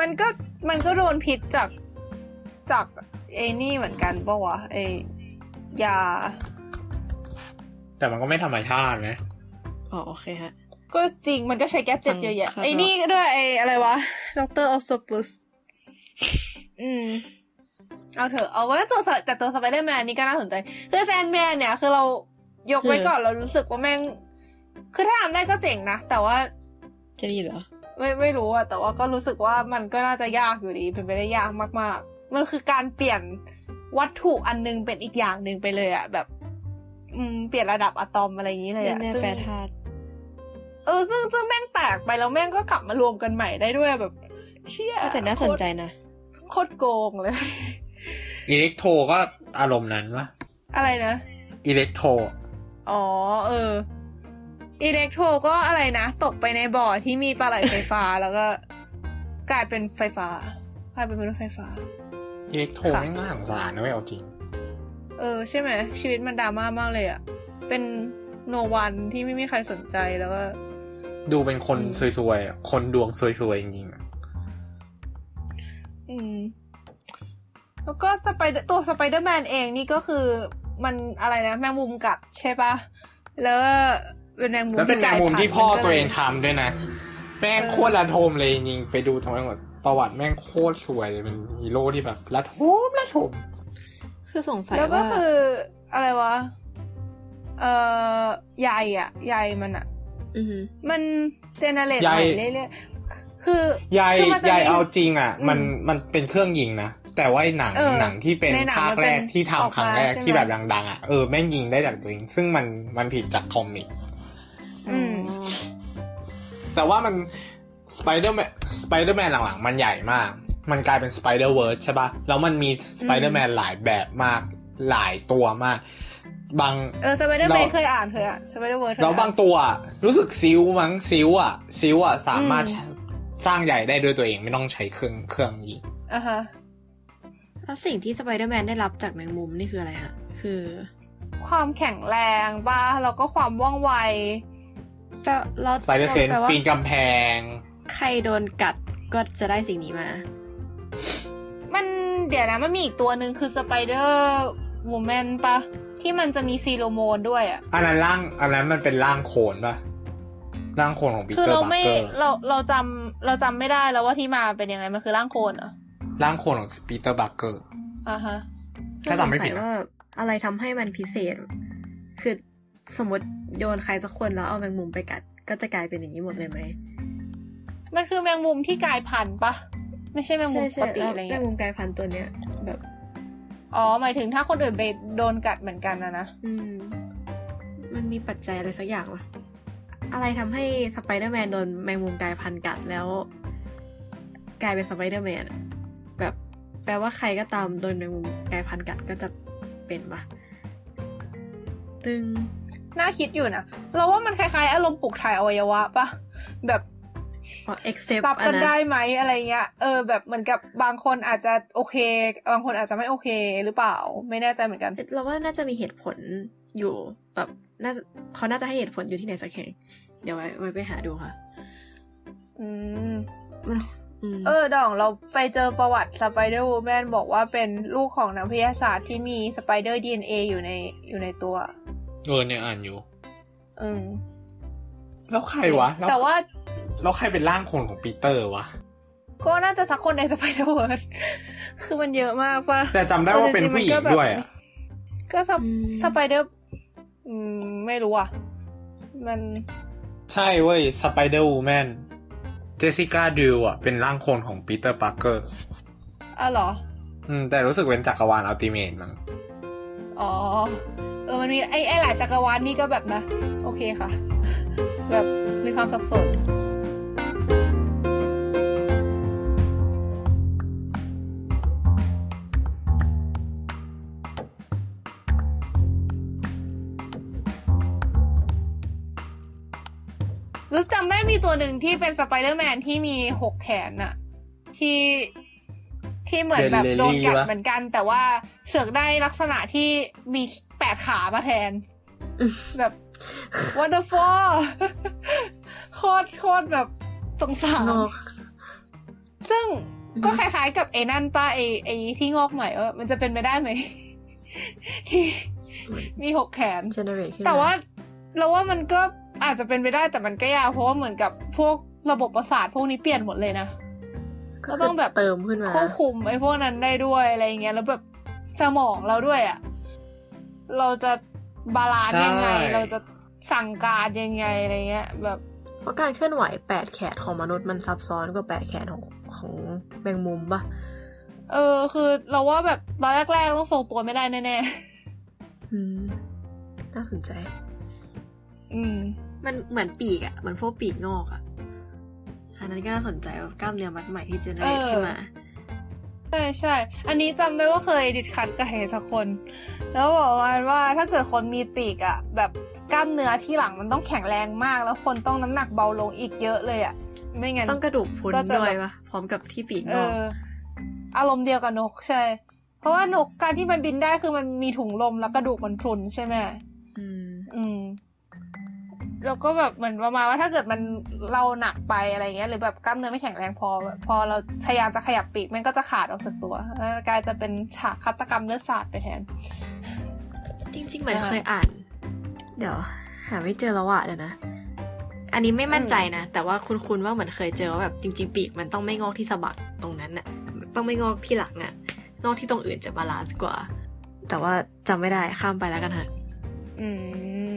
S2: มันก็มันก็โดนพิษจากจากไอ้นี่เหมือนกันปะวะไอยา
S1: แต่มันก็ไม่ธรรมชาตินะ
S6: อ๋อโอเคฮะ
S2: ก็จริงมันก็ใช้แก๊สเจ็ดเยอะแยะ
S6: ครับ
S2: ไอ้นี่ก็ด้วยไอ้อะไรวะดรออสโซปุสอืม เอาเถอะ เอาไว้ตัวสไปแต่ตัวสไปเดอร์แมนนี่ก็น่าสนใจ คือแซนแมนเนี่ย คือเรายกไว้ก่อนเรารู้สึกว่าแม่ง คือถ้าทำได้ก็เจ๋งนะ แต่ว่า
S6: จะดีเหรอ
S2: ไม่ไม่รู้อะแต่ว่าก็รู้สึกว่ามันก็น่าจะยากอยู่ดี เป็นไปได้ยากมาก ๆ มันคือการเปลี่ยนวัตถุอันนึงเป็นอีกอย่างหนึ่งไปเลยอะแบบ อืมเปลี่ยนระดับอะตอมอะไรอย่างนี้เลย
S6: แน่
S2: อะ
S6: แน่
S2: ซึ่ง
S6: แปรธาตุ
S2: เออซึ่งซึ่งแม่งแตกไปแล้วแม่งก็กลับมารวมกันใหม่ได้ด้วยแบบ เชี่ย
S6: แต่น่าสนใจนะ
S2: โคตรโกงเลย
S1: อิเล็กโทรก็อารมณ์นั้นวะ
S2: อะไรนะ
S1: อิเล็กโทร
S2: อ๋อ เอออิเล็กโทรก็อะไรนะ ตกไปในบ่อที่มีปลาไหลไฟฟ้า แล้วก็ กลายเป็นไฟฟ้ากลายเป็นมนุษย์ไฟฟ้า
S1: อิเล็กโทร
S2: ค่ะ
S1: ไม่งน่าสงสารนะเว้ยเอาจริง
S2: เออ ใช่ไหม ชีวิตมันดราม่ามากเลยอะเป็นโนวันที่ไม่มีใครสนใจแล้วก็
S1: ดูเป็นคนซวยๆอะคนดวงซวยๆจริงๆอะ
S2: อืม แล้วก็สไปเดอร์ตัวสไปเดอร์แมนเองนี่ก็คือมันอะไรนะ แมงมุมกัดใช่ปะแล้วเป็นแมงมุม
S1: แล้วเป็นแมงมุม
S2: กลายพันธุ์
S1: ที่พ่อ
S2: มันก็
S1: ตัว
S2: ลย
S1: เองทำด้วยนะ แม่ง
S2: เออ
S1: โคตรระทมเลยจริงๆไปดูทั้งหมดประวัติแม่งโคตรสวยเลยเป็นฮีโร่ที่แบบระทมระทม
S6: คือสงสัย
S2: แล้วก็
S6: ว่า
S2: คืออะไรวะ เอ่อใยอะใยมันอะ
S6: อือหือ
S2: มันเจเนเรต
S1: ใย
S2: ใหม่เรื่อยๆคือ
S1: ยาย
S2: คือมันจะ
S1: ยาย
S2: มี
S1: เอาจริงอ่ะ
S2: อืม
S1: มันมันเป็นเครื่องยิงนะ แต่ว่าไอ้หนัง
S2: เออ
S1: หนังที่เป็น
S2: ในหนัง
S1: ภาค
S2: มันเป็น
S1: แรกที่
S2: ออก
S1: ทำค
S2: มา
S1: รั้งแรก
S2: ใช่ไหม
S1: ที่แบบดังๆอ่ะเออแม่งยิงได้จากตัวเองซึ่งมันมันผิดจากคอมิก
S2: อืม
S1: แต่ว่ามันสไปเดอร์แมนสไปเดอร์แมนหลังๆ มันใหญ่มาก มันกลายเป็นสไปเดอร์เวิร์ใช่ปะ่ะ แล้วมันมีสไปเดอร์แมนหลายแบบมาก หลายตัวมาก บาง
S2: เออสไปเดอร์แมน
S1: เรา
S2: เคยอ่านเคยอ่านสไปเดอร์เวิร์ด
S1: แล้วบางตัวอะรู้สึกซิลมั้งซิลอ่ะซิลอ่ะสามารถ
S2: อืม
S1: สร้างใหญ่ได้ด้วยตัวเองไม่ต้องใช้เครื่องเครื่องยิง
S2: อ่ะฮะ
S6: แล้วสิ่งที่สไปเดอร์แมนได้รับจากแมงมุมนี่คืออะไรฮะ คือ
S2: ความแข็งแรงบ้าแล้วก็ความว่องไว
S6: แปลเรา
S1: สไปเดอร์เซน
S6: แปลว่า
S1: ปีนกำแพง
S6: ใครโดนกัดก็จะได้สิ่งนี้มา
S2: มันเดี๋ยวนะมันมีอีกตัวหนึ่งคือสไปเดอร์วูแมนปะ ที่มันจะมีฟีโรโมนด้วยอ่ะ
S1: อันนั้นร่างอันนั้นมันเป็นร่างโขนปะร่างโขนของปี
S2: คือ
S1: เตอร์
S2: เรา
S1: บัค
S2: ไม่
S1: เกอร์
S2: เราเราจำเราจำไม่ได้แล้วว่าที่มาเป็นยังไง มันคือร่างโคลนเหรอ
S1: ร่างโขนของปีเตอร์บัคเกอร์
S2: อ่ะฮะ
S1: ถ้าจำไม่ผิด
S6: สงสัย
S1: นะ
S6: ว่าอะไรทำให้มันพิเศษ คือสมมติโยนใครสักคนแล้วเอาแมงมุมไปกัด ก็จะกลายเป็นอย่างนี้หมดเลยไหม
S2: มันคือแมงมุมที่กลายพันธุ์ปะ ไม่ใช่แมงมุมปกติอะไร
S6: แม
S2: เงี้ย
S6: งมุมกลายพันธุ์ตัวเนี้ย แบบ
S2: อ๋อหมายถึงถ้าคนอื่นไปโดนกัดเหมือนกันนะนะ
S6: อืม มันมีปัจจัยอะไรสักอย่างวะอะไรทำให้สไปเดอร์แมนโดนแมงมุมกลายพันธุ์กัดแล้ว กลายเป็นสไปเดอร์แมนอะแบบแปลว่าใครก็ตามโดนแมงมุมกลายพันธุ์กัดก็จะเป็นปะตึง
S2: น่าคิดอยู่นะเราว่ามันคล้ายๆ อารมณ์ปลูกถ่ายอวัยวะปะแบบ
S6: except
S2: รับ
S6: อั
S2: กัน น
S6: นั้น
S2: ได้ไหมอะไรเงี้ยเออแบบเหมือนกับบางคนอาจจะโอเค บางคนอาจจะไม่โอเคหรือเปล่า ไม่แน่ใจเหมือนกัน
S6: เราว่าน่าจะมีเหตุผลอยู่แบบน่าจะเขาน่าจะให้เหตุผลอยู่ที่ไหนสักแห่ง เดี๋ยวไว้ไว้ไปหาดูค่ะ
S2: อืม
S6: มันอืม
S2: เออดองเราไปเจอประวัติสไปเดอร์วูแมนบอกว่าเป็นลูกของนักวิทยาศาสตร์ที่มีสไปเดอร์ดีเออยู่ในอยู่ในตัว
S1: เออเนี่ยอ่านอยู่
S2: อืม
S1: แล้วใครวะล้
S2: แต่ว่า
S1: แล้วใครเป็นร่างโขนของปีเตอร์วะ
S2: ก็น่าจะสักคนในสไปเดอร์เวิร์ ด คือมันเยอะมากป่ะ
S1: แต่จำได้ว่าเป็นผู้หญิงด้วยอะ
S2: ก็สไปสไปเดอร์อืมไม่รู้อ่ะ มัน
S1: ใช่เว้ยสไปเดอร์วูแมนเจสสิก้าดิวอ่ะเป็นร่างโขนของปีเตอร์ปาร์เกอร์
S2: อ่ะเหรอ
S1: อืมแต่รู้สึกเป็นจักรวาลอัลติเมทมั้ง
S2: อ๋อ เออมันมีไอ้ไอ้หลายจักรวาลนี่ก็แบบนะ โอเคค่ะ แบบมีความสับสน รู้จำได้มีตัวหนึ่งที่เป็นสไปเดอร์แมนที่มีหกแขนอะที่ที่เหมือนแบบโดนกัดเหมือนกัน แต่ว่าเสือกได้ลักษณะที่มีแปดขามาแทน แบบ wonderful โคตรโคตรแบบสงสาร
S6: โน
S2: ซึ่ง
S6: อือฮึ
S2: ก็คล้ายๆกับไอ้นั่นป้าไอ้ไอ้ที่งอกใหม่ว่ามันจะเป็นไปได้ไหม ที่มีหกแขน
S6: เจเนเรตขึ้นม
S2: แต่ว่าเราว่ามันก็อาจจะเป็นไปได้แต่มันก็ยากเพราะว่าเหมือนกับพวกระบบประสาทพวกนี้เปลี่ยนหมดเลยนะ
S6: ก็
S2: ก็
S6: ต้
S2: ต้อ
S6: อ
S2: ง ง
S6: แบ
S2: แบบ บ
S6: เติมขึ้นมา
S2: ควบคุมไอ้พวกนั้นได้ด้วยอะไรอย่างเงี้ยแล้วแบบสมองเราด้วยอะ่ะเราจะบาลานซ์ยังไง เราจะสั่งการยังไงอะไรเงี้ย แบบ
S6: เพราะการเคลื่อนไหวแปดแขนของมนุษย์มันซับซ้อนกว่าแปดแขนของของแมงมุมปะ
S2: เออ คือเราว่าแบบตอนแรกๆต้องทรงตัวไม่ได้แน่
S6: อืมน่าสนใจ
S2: ๆ อืม
S6: มันเหมือนปีกอะเหมือนพวกปีกงอกอะห อันนั้นก็น่าสนใจว่ากล้ามเนื้อมัดใหม่ที่เจเน
S2: เอ
S6: เรต
S2: อ
S6: ขึ้นมา
S2: ใช่ใช่ อันนี้จำได้ว่าเคยดิดคัดกับเฮสักคน แล้วบอกว่าว่าถ้าเกิดคนมีปีกอะแบบกล้ามเนื้อที่หลังมันต้องแข็งแรงมาก แล้วคนต้องน้ำหนักเบาลงอีกเยอะเลยอะไม่งั้น
S6: ต้องกระดูกพรุน
S2: ก็จะแบบ
S6: ด้วยปะพร้อมกับที่ปีก
S2: เอง
S6: อก
S2: ออารมณ์เดียวกับนกใช่ เพราะว่านกการที่มันบินได้คือมันมีถุงลมแล้วกระดูกมันพรุนใช่ไหม
S6: ม
S2: อืมแล้วก็แบบเหมือนประมาณว่าถ้าเกิดมันเราหนักไปอะไรเงี้ยหรือแบบกล้ามเนื้อไม่แข็งแรงพอ พอเราพยายามจะขยับปีกมันก็จะขาดออกจากตัวเออกลายจะเป็นฉากฆาตกรรมเลือดสาดไปแทน
S6: จริงๆเหมือน
S2: อ่า
S6: เคยอ่าน เดี๋ยว หาไม่เจอแล้วอะเดี๋ยวนะ อันนี้ไม่มั่นใจนะ แต่ว่าคุณคุณว่าเหมือนเคยเจอว่าแบบจริง ๆ ปีกมันต้องไม่งอกที่สะบักตรงนั้นน่ะ ต้องไม่งอกที่หลังอะงอกที่ตรงอื่นจะบาลานซ์กว่า แต่ว่าจำไม่ได้ข้ามไปแล้วกันค่ะ
S2: ืม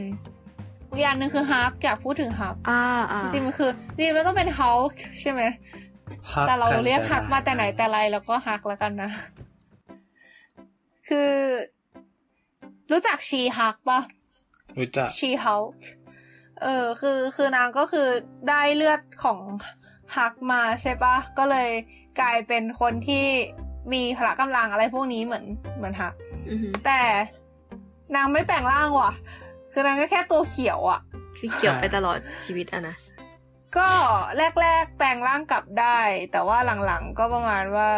S2: อีกอย่างหนึ่งคือฮักอยากพูดถึงฮัก
S6: อ่าอ่า
S2: จริงๆมันคือจริงๆมันต้องเป็นเฮาใช่ไหม แต่เราเรียกฮักมาแต่ไหนแต่ไรเราก็ฮักแล้วกันนะ คือ รู้จักชีฮักปะ
S1: รู้จัก
S2: ชีเฮาเออ คือ คือนางก็คือได้เลือดของฮักมาใช่ปะ ก็เลยกลายเป็นคนที่มีพละกำลังอะไรพวกนี้เหมือน เหมือนฮัก
S6: อือหือ
S2: แต่นางไม่แปลงร่างว่ะ คือนางก็แค่ตัวเขียวอ่ะ
S6: คือเกี่ยวไปตลอดชีวิตอะนะ
S2: ก็แรก ๆ แปลงร่างกลับได้ แต่ว่าหลังๆ ก็ประมาณว่า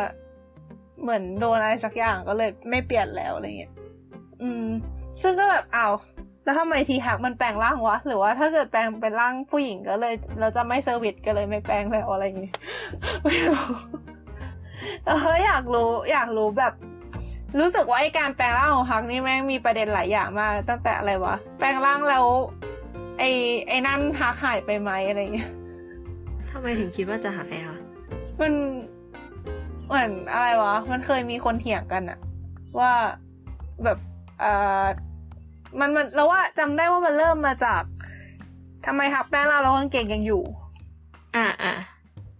S2: เหมือนโดนอะไรสักอย่างก็เลยไม่เปลี่ยนแล้วอะไรเงี้ย อืม ซึ่งก็แบบอ้าวแล้วทำไมทีหักมันแปลงร่างวะ หรือว่าถ้าเกิดแปลงเป็นร่างผู้หญิงก็เลย เราจะไม่เซอร์วิสก็เลยไม่แปลงแล้วอะไรเงี้ย ไม่รู้เอออยากรู้ อยากรู้แบบ รู้สึกว่าไอการแปลงร่างของฮักนี่แม่งมีประเด็นหลายอย่างมากตั้งแต่อะไรวะ แปลงร่างแล้ว ไอไอนั่นฮักหายไปไหมอะไรเงี้ย
S6: ทำไมถึงคิดว่าจะหายคะ
S2: มันเหมือนอะไรวะ มันเคยมีคนเถียงกันอะว่าแบบเออมันมันเราว่าจำได้ว่ามันเริ่มมาจากทำไมฮักแป้งเราแล้วกางเกงยังอยู่
S6: อ่าอ่า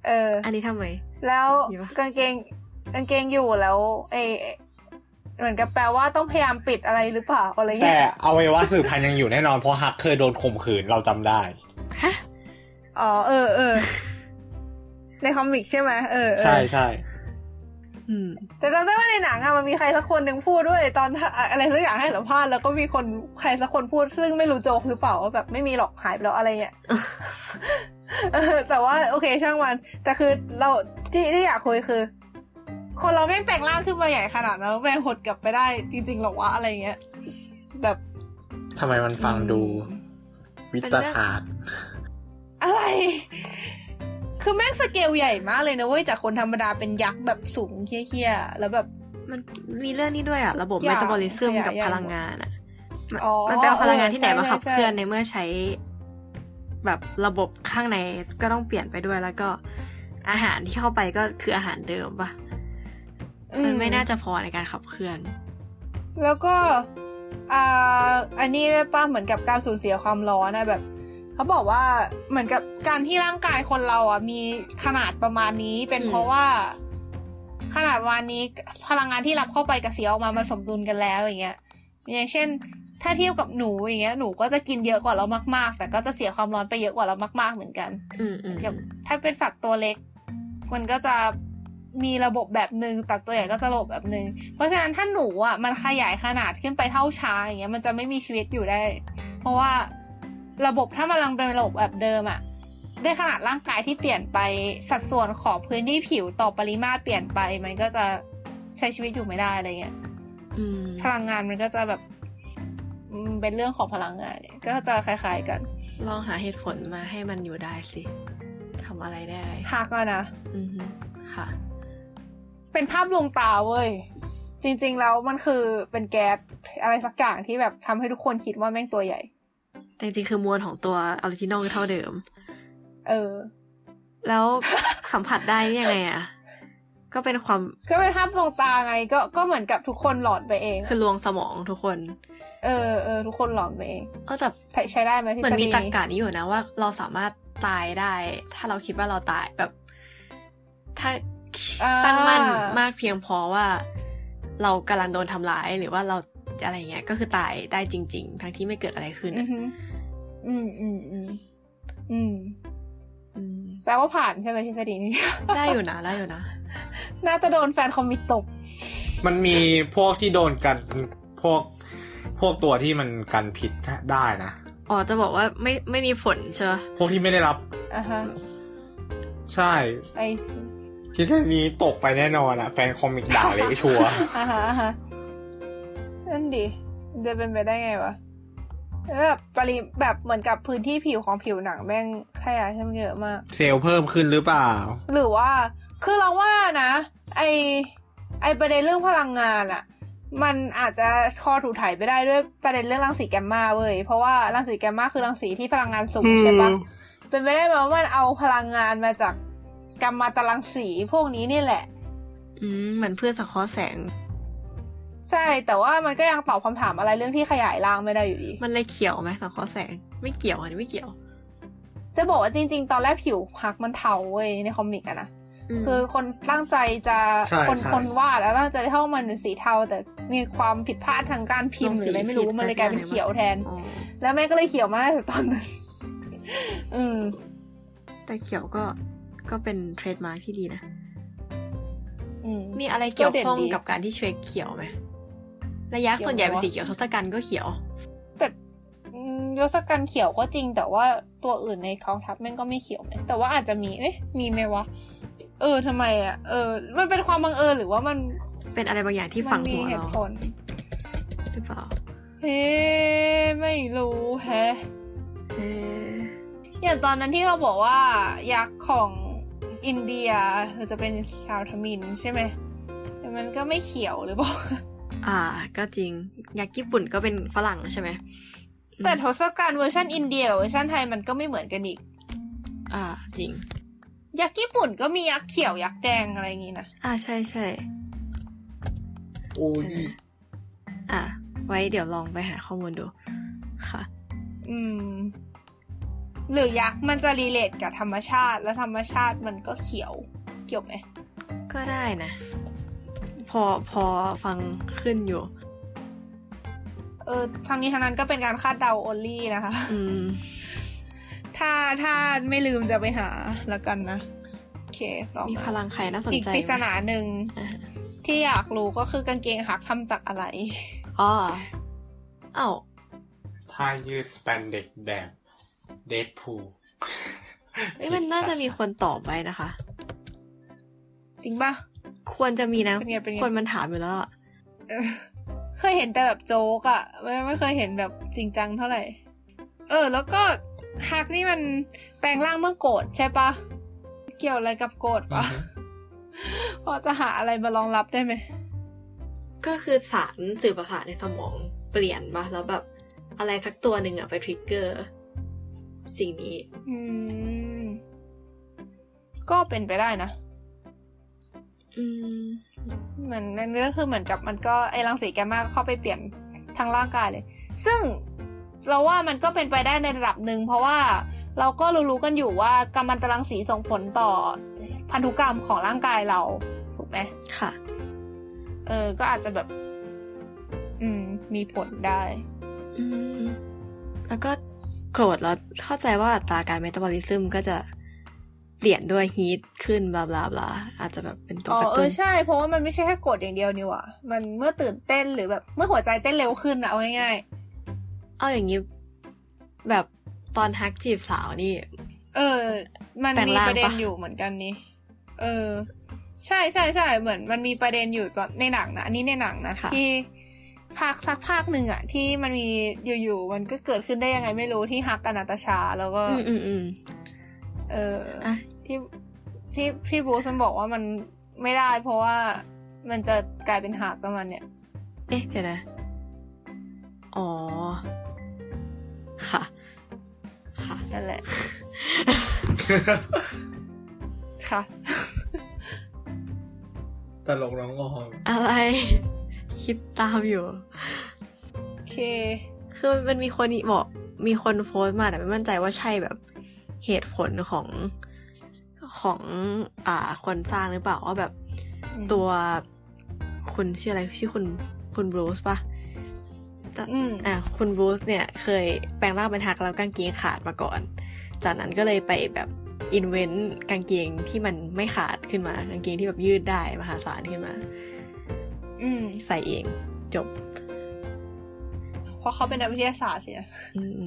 S2: เออ
S6: อันนี้ทำไม
S2: แล้ว
S6: ดีปะ
S2: กางเกงกางเกงอยู่แล้วไอเหมือนกับแปลว่าต้องพยายามปิดอะไรหรือเปล่าอะไร
S1: แต่
S2: เงี้ย
S1: อวัยวะสืบพันธุ์ยังอยู่แน่นอน เพราะฮักเคยโดนข่มขืนเราจำได้
S2: อ๋อเออเออในคอมิกใช่ไหมเออเออ
S1: ใช่ใช่
S6: อืม
S2: แต่จำได้ว่าในหนังอะมันมีใครสักคนหนึ่งพูดด้วย ตอนอะอะไรสักอย่างให้สัมภาษณ์แล้วก็มีคนใครสักคนพูด ซึ่งไม่รู้โจกหรือเปล่าว่าแบบไม่มีหรอกหายไปแล้วอะไรเงี้ย เออแต่ว่าโอเคช่างมัน แต่คือเราที่ที่อยากคุยคือ คนเราไม่งแปลงร่างขึ้นมาใหญ่ขนาดนั้นแล้วแม่งหดกลับไปได้จริงๆหรอวะอะไรเงี้ยแบบ
S1: ทำไมมันฟังดู วิตาศาสตร์
S2: อะไร คือแม่งสเกลใหญ่มากเลยนะเว้ยจากคนธรรมดาเป็นยักษ์แบบสูงเฮี้ยๆแล้วแบบ
S6: มันมีเรื่องนี้ด้วยอะระบบ
S2: อ
S6: เม
S2: ยาก
S6: ตาบอลิซึม
S2: อยาก
S6: กับ
S2: อยาก
S6: พลังงานอะมัน
S2: อ๋อ
S6: มันแปลว่าพลังงานที่ไหน
S2: เออใช่
S6: มาขับ
S2: ใช่
S6: เคลื่อนในเมื่อใช้ แบบระบบข้างในก็ต้องเปลี่ยนไปด้วยแล้วก็ อาหารที่เข้าไปก็คืออาหารเดิมปะ
S2: อื
S6: มันไม่น่าจะพอในการขับเคลื่อน
S2: แล้วก็อ่าอันนี้ได้ป้าเหมือนกับการสูญเสียความร้อนนะแบบ เขาบอกว่าเหมือนกับการที่ร่างกายคนเราอ่ะมีขนาดประมาณนี้เป็น
S6: อืม
S2: เพราะว่า ขนาดประมาณนี้พลังงานที่รับเข้าไปกับเสียออกมามันสมดุลกันแล้วอย่างเงี้ย อย่างเช่น ถ้าเทียบกับหนูอย่างเงี้ยหนูก็จะกินเยอะกว่าเรามากๆ แต่ก็จะเสียความร้อนไปเยอะกว่าเรามาก ๆเหมือนกัน
S6: อืมอืม
S2: อย่างถ้าเป็นสัตว์ตัวเล็ก มันก็จะมีระบบแบบหนึ่งสัตว์ตัวใหญ่ก็จะระบบแบบหนึ่งเพราะฉะนั้นถ้าหนูอ่ะมันขยายขนาดขึ้นไปเท่าช้างอย่างเงี้ย มันจะไม่มีชีวิตอยู่ได้ เพราะว่าระบบถ้ามันลังเป็นระบบแบบเดิมอ่ะด้วยขนาดร่างกายที่เปลี่ยนไปสัดส่วนของพื้นที่ผิวต่อปริมาตรเปลี่ยนไป มันก็จะใช้ชีวิตอยู่ไม่ได้อะไรเงี้ย
S6: อืม
S2: พลังงานมันก็จะแบบอืมเป็นเรื่องของพลังงานเนี่ยก็จะคล้าย ๆกัน
S6: ลองหาเหตุผลมาให้มันอยู่ได้สิทำอะไรได้
S2: หักแล้วนะ
S6: อืมค่ะ
S2: เป็นภาพลวงตาเว้ย จริงๆแล้วมันคือเป็นแก๊สอะไรสักอย่างที่แบบทำให้ทุกคนคิดว่าแม่งตัวใหญ่
S6: แต่จริงๆคือมวลของตัวออริจินอลเท่าเดิม
S2: เออ
S6: แล้ว สัมผัสได้นี่ยังไงอะก็เป็นความ
S2: ก็เป็นภาพลวงตาไง ก็ก็เหมือนกับทุกคนหลอนไปเอง
S6: คือลวงสมองทุกคน
S2: เออเออทุกคนหลอนไปเอง
S6: ก็แต่
S2: ใช้ใช้ได้ไหมที่
S6: เหมือนมีตรรกะนี้อยู่นะว่าเราสามารถตายได้ ถ้าเราคิดว่าเราตายแบบ ถ้าตั้งมั่นมากเพียงพอว่า เรากำลังโดนทำร้ายหรือว่าเราอะไรเงี้ยก็คือตายได้จริง ๆ ทั้งที่ไม่เกิดอะไรขึ้น
S2: อือ
S6: อะ
S2: หืออืมอืมอืมอืม
S6: อืม
S2: แปลว่าผ่านใช่ไหมทฤษฎีนี้
S6: ได้อยู่นะได้อยู่นะ
S2: น่าจะโดนแฟนคอมมิตตบ
S1: มันมีพวกที่โดนกันพวกพวกตัวที่มันกันผิดได้นะ
S6: อ๋อจะบอกว่าไม่ไม่มีผลใช่ไหม
S1: พวกที่ไม่ได้รับ
S2: อ่ะฮะ
S1: ใช่
S2: ไอซี
S1: ที่เรื่องนี้ตกไปแน่นอนอะแฟนคอมิกด่าเลย ชัวร์
S2: อ่ะฮะอ่ะฮะนั่นดิจะเป็นไปได้ไงวะแล้วแบบปริแบบเหมือนกับพื้นที่ผิวของผิวหนังแม่งขยายขึ้นเยอะมาก
S1: เซลล์เพิ่มขึ้นหรือเปล่า
S2: หรือว่า คือเราว่านะ ไอไอประเด็นเรื่องพลังงานอะมันอาจจะพอถูกถ่ายไปได้ด้วยประเด็นเรื่องรังสีแกมมาเว้ย เพราะว่ารังสีแกมมาคือรังสีที่พลังงานสูงใช่ปะเป็นไปได้ไหมว่ามันเอาพลังงานมาจากแกัมมาตรังสีพวกนี้นี่แหละ
S6: อืมเหมือนเพื่อนสังเคราะห์แสง
S2: ใช่ แต่ว่ามันก็ยังตอบคำถามอะไรเรื่องที่ขยายร่างไม่ได้อยู่ดี
S6: มันเลยเขียวไหมสังเคราะห์แสง ไม่เกี่ยวอันนี้ไม่เกี่ยว
S2: จะบอกว่าจริง ๆ ตอนแรกผิวพักมันเทาเว้ยในคอมิกอะนะ
S6: ม
S2: คือคนตั้งใจจะ
S1: ใช่
S2: คน
S1: ใช่
S2: คนวาดแล้วตั้งใจจะให้มันเป็นสีเทา แต่มีความผิดพลาดทางการพิมพ์หรืออะไรไม่รู้มันเลยกลายเป็นเขียวแทน
S6: อ๋อ
S2: แล้วแม่ก็เลยเขียวมาตั้งแต่ตอน นั้น อืม
S6: แต่เขียวก็ก็เป็นเทรดมาร์กที่ดีนะ
S2: อืม
S6: มีอะไรเกี่ยวข้อง
S2: ก็เด่นดี
S6: กับการที่เทรดเขียวไหมระยะ
S2: เกี่ยว
S6: ส่วนใหญ่เป็นสีเขียวทศกัณฐ์ก็เขียว
S2: อืมยศกันเขียวก็จริง แต่ว่าตัวอื่นในกองทัพแม่งก็ไม่เขียวไหมแต่ว่าอาจจะมีเอ๊ะมีไหมวะ เออทำไมอ่ะ เออ มันเป็นความบังเอิญหรือว่ามัน
S6: เป็นอะไรบางอย่างที่ฝัง
S2: มันมี
S6: หัว
S2: เห
S6: เรา
S2: ตุผล
S6: หรือเปล่า
S2: เฮ้ไม่รู้แฮะ
S6: เอ๊ะ
S2: อย่างตอนนั้นที่เราบอกว่ายักษ์ของอินเดียคือจะเป็นชาวทมินใช่ไหมแต่มันก็ไม่เขียวหรือเปล่า
S6: อ่า ก็จริงยากิญี่ปุ่นก็เป็นฝรั่งใช่ไหมอืม
S2: แต่ทศกัณฐ์เวอร์ชันอินเดียกับเวอร์ชันไทยมันก็ไม่เหมือนกันอีก
S6: อ่า จริง
S2: ยักษ์ญี่ปุ่นก็มียักษ์เขียวยักษ์แดงอะไรอย่างงี้นะ
S6: อ่าใช่ใช่
S1: โอ้ย
S6: อ่า ไว้เดี๋ยวลองไปหาข้อมูลดู ค่ะ
S2: อืม หรือยักษ์มันจะรีเลทกับธรรมชาติ แล้วธรรมชาติมันก็เขียว เกี่ยวไหม
S6: ก็ได้นะ พอพอฟังขึ้นอยู่
S2: เออทางนี้ทางนั้นก็เป็นการคาดเดาโอลี่นะคะ
S6: อืม
S2: ถ้าถ้าไม่ลืมจะไปหาแล้วกันนะ โอเคต่อ
S6: มี
S2: มา
S6: พลังใครน่าสน
S2: อีก
S6: ใจไหม
S2: ปริศนาหนึ่ง
S6: อ่า
S2: ที่อยากรู้ก็คือกางเกงหักทำจากอะไร
S6: อ๋อเอ้า
S1: ผ้ายืดสแปนเด็กแบบเดดพูล
S6: เอ้ยมันน่าจะมีคนตอบไว้นะคะ
S2: จริงปะ
S6: ควรจะมีนะ
S2: เป็นไงเป็นไง
S6: คนมันถามอยู่แล้วอะ
S2: เออเคยเห็นแต่แบบโจ๊กอะไม่ไม่เคยเห็นแบบจริงจังเท่าไหร่ เออ แล้วก็ฮักนี่มันแปลงร่างเมื่อโกรธใช่ปะเกี่ยวอะไรกับโกรธปะพอจะหาอะไรมารองรับได้ไหม
S3: ก็คือสารสื่อประสาทในสมองเปลี่ยนมาแล้วแบบอะไรสักตัวหนึ่งอะไปทริกเกอร์ สิ่งนี้
S2: อืม ก็เป็นไปได้นะ
S3: อืม
S2: เหมือนมันก็คือเหมือนกับมันก็ไอรังสีแกมมาก็เข้าไปเปลี่ยนทางร่างกายเลย ซึ่งเราว่ามันก็เป็นไปได้ในระดับหนึ่งเพราะว่าเราก็รู้ๆกันอยู่ว่ากัมมันตรังสีส่งผลต่อพันธุกรรมของร่างกายเรา ถูกไหม
S6: ค่ะ
S2: เออ ก็อาจจะแบบ อืม มีผลได้
S6: อืม แล้วก็โกรธแล้วเข้าใจว่าอัตราการเมตาบอลิซึมก็จะเปลี่ยนด้วยฮีทขึ้นบลาบลาบลาอาจจะแบบเป็นตัว
S2: อ๋อก
S6: ระ
S2: เอ
S6: ตุ้
S2: อน ใช่ เพราะว่ามันไม่ใช่แค่กดอย่างเดียวนี่หว่ามันเมื่อตื่นเต้นหรือแบบเมื่อหัวใจเต้นเร็วขึ้นอะเอาง่าย
S6: เอาอย่างนี้ แบบตอนฮักจีบสาวนี่
S2: ๆเออ มัน
S6: แปลง
S2: มี
S6: ร่าง
S2: ประเด็น
S6: ปะ
S2: อยู่เหมือนกันนี่เออ ใช่ใช่ใช่เหมือนมันมีประเด็นอยู่ตอนในหนังนะอันนี้ในหนังนะ
S6: ค่ะ
S2: ที่ภาคสักภาคหนึ่งอะที่มันมีอยู่ๆมันก็เกิดขึ้นได้ยังไงไม่รู้ที่ฮักกับนาตาชา แล้วก็
S6: อืมอืมอืม
S2: เออ
S6: อ่ะ
S2: ที่ที่พี่บรูซมันบอกว่ามันไม่ได้ เพราะว่ามันจะกลายเป็นฮักประมาณเนี้ย
S6: เอ๊ะเดี๋ยวนะ อ๋อ ค่ะ ค่ะ
S2: นั่น แหละ ค่ะ
S1: ตลกร้องออง
S6: อะไร คิดตามอยู่
S2: โอเค
S6: คือมันมีคนบอกมีคนโพสต์มาแต่ไม่มั่นใจว่าใช่แบบเหตุผลของของอ่าคนสร้างหรือเปล่าว่าแบบ
S2: อืม
S6: ตัวคุณชื่ออะไรชื่อคุณคุณบรูซปะจะ
S2: อืม
S6: อ่าคุณบรูซเนี่ย เคยแปลงร่างเป็นฮักแล้วกางเกงขาดมาก่อน จากนั้นก็เลยไปแบบ อินเวนต์กางเกงที่มันไม่ขาดขึ้นมากางเกงที่แบบยืดได้มหาศาลขึ้นมา
S2: อืม
S6: ใส่เอง จบ
S2: เพราะเขาเป็นนักวิทยาศาสตร์เสีย
S6: อืม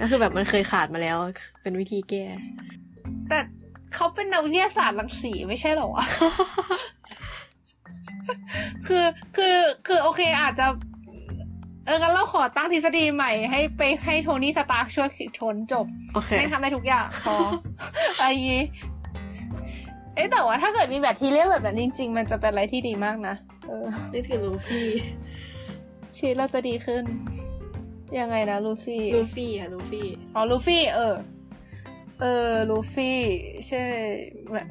S6: ก็คือแบบมันเคยขาดมาแล้ว เป็นวิธีแก้
S2: แต่เขาเป็นนักวิทยาศาสตร์รังสีไม่ใช่เหรอ วะ คือคือคือโอเคอาจจะ เอองั้นเราขอตั้งทฤษฎีใหม่ให้ไปให้โทนี่สตาร์คช่วยคิดค้นจบ
S6: โอเค
S2: แม่งทำได้ทุก อย่างพอ อะไรอย่างงี้ เอ๊ะแต่ว่าถ้าเกิดมีแบคทีเรียแบบนั้นจริง ๆ มันจะเป็นอะไรที่ดีมากนะเออ
S3: นึกถึงลูฟี่
S2: ชีวิตเราจะดีขึ้น ยังไงนะลูซี่
S3: ลูฟี่ค่ะลูฟี่
S2: อ๋อลูฟี่ เออ เออลูฟี่ใช่แบบ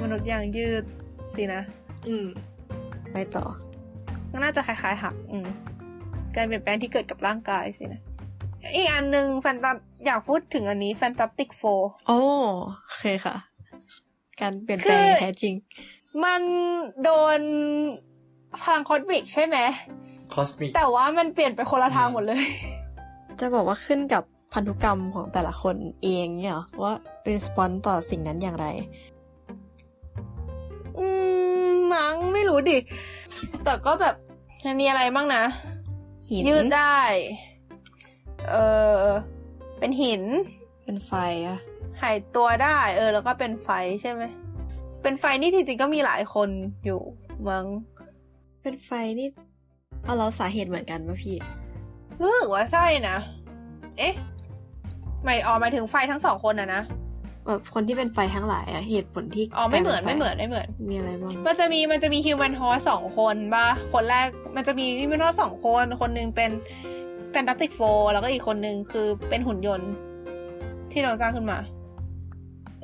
S2: มนุษย์ยางยืดสินะ
S3: อืม
S6: ไปต่อ
S2: ก็น่าจะคล้ายๆหัก อืม การเปลี่ยนแปลงที่เกิดกับร่างกายสินะ อีกอันหนึ่งแฟนตาอยากพูดถึงอันนี้แฟนตาติกโฟ
S6: โอ้โอเคค่ะ การเปลี่ยน
S2: คื
S6: แปลง
S2: อ
S6: แท้จริง
S2: มันโดนพลังคอสมิกใช่ไหม
S1: คอสมิก
S2: แต่ว่ามันเปลี่ยนไปคนละทางหมดเลย
S6: จะบอกว่าขึ้นกับพันธุกรรมของแต่ละคนเองเนี่ยเหรอว่ารีสปอนต่อสิ่งนั้นอย่างไร
S2: อืมมั้งไม่รู้ดิ แต่ก็แบบมันมีอะไรบ้างนะ
S6: หิน
S2: ยืดได้ เออ เป็นหิน
S6: เป็นไฟอะ
S2: หายตัวได้ เออ แล้วก็เป็นไฟใช่ไหม เป็นไฟนี่จริงๆก็มีหลายคนอยู่มั้ง
S6: เป็นไฟนี่เอาเราสาเหตุเหมือนกันป่ะพี่
S2: รู้สึกว่าใช่นะ เอ๊ะหมายออกมายถึงไฟทั้งสองคนอะนะ
S6: แบบคนที่เป็นไฟทั้งหลายอะเหตุผลที่
S2: อ๋อไม่เหมือน
S6: กลา
S2: ไม่
S6: ยป็ฟ
S2: เหมือนไม่เหมือน
S6: มีอะไรบ้าง
S2: มันจะมีมันจะมีฮิวแมนฮอสองคนป่ะ คนแรกมันจะมีฮิวแมนฮอสองคน คนหนึ่งเป็นแฟนตาติกโฟแล้วก็อีกคนหนึ่งคือเป็นหุ่นยนต์ ที่เราสร้างขึ้นมา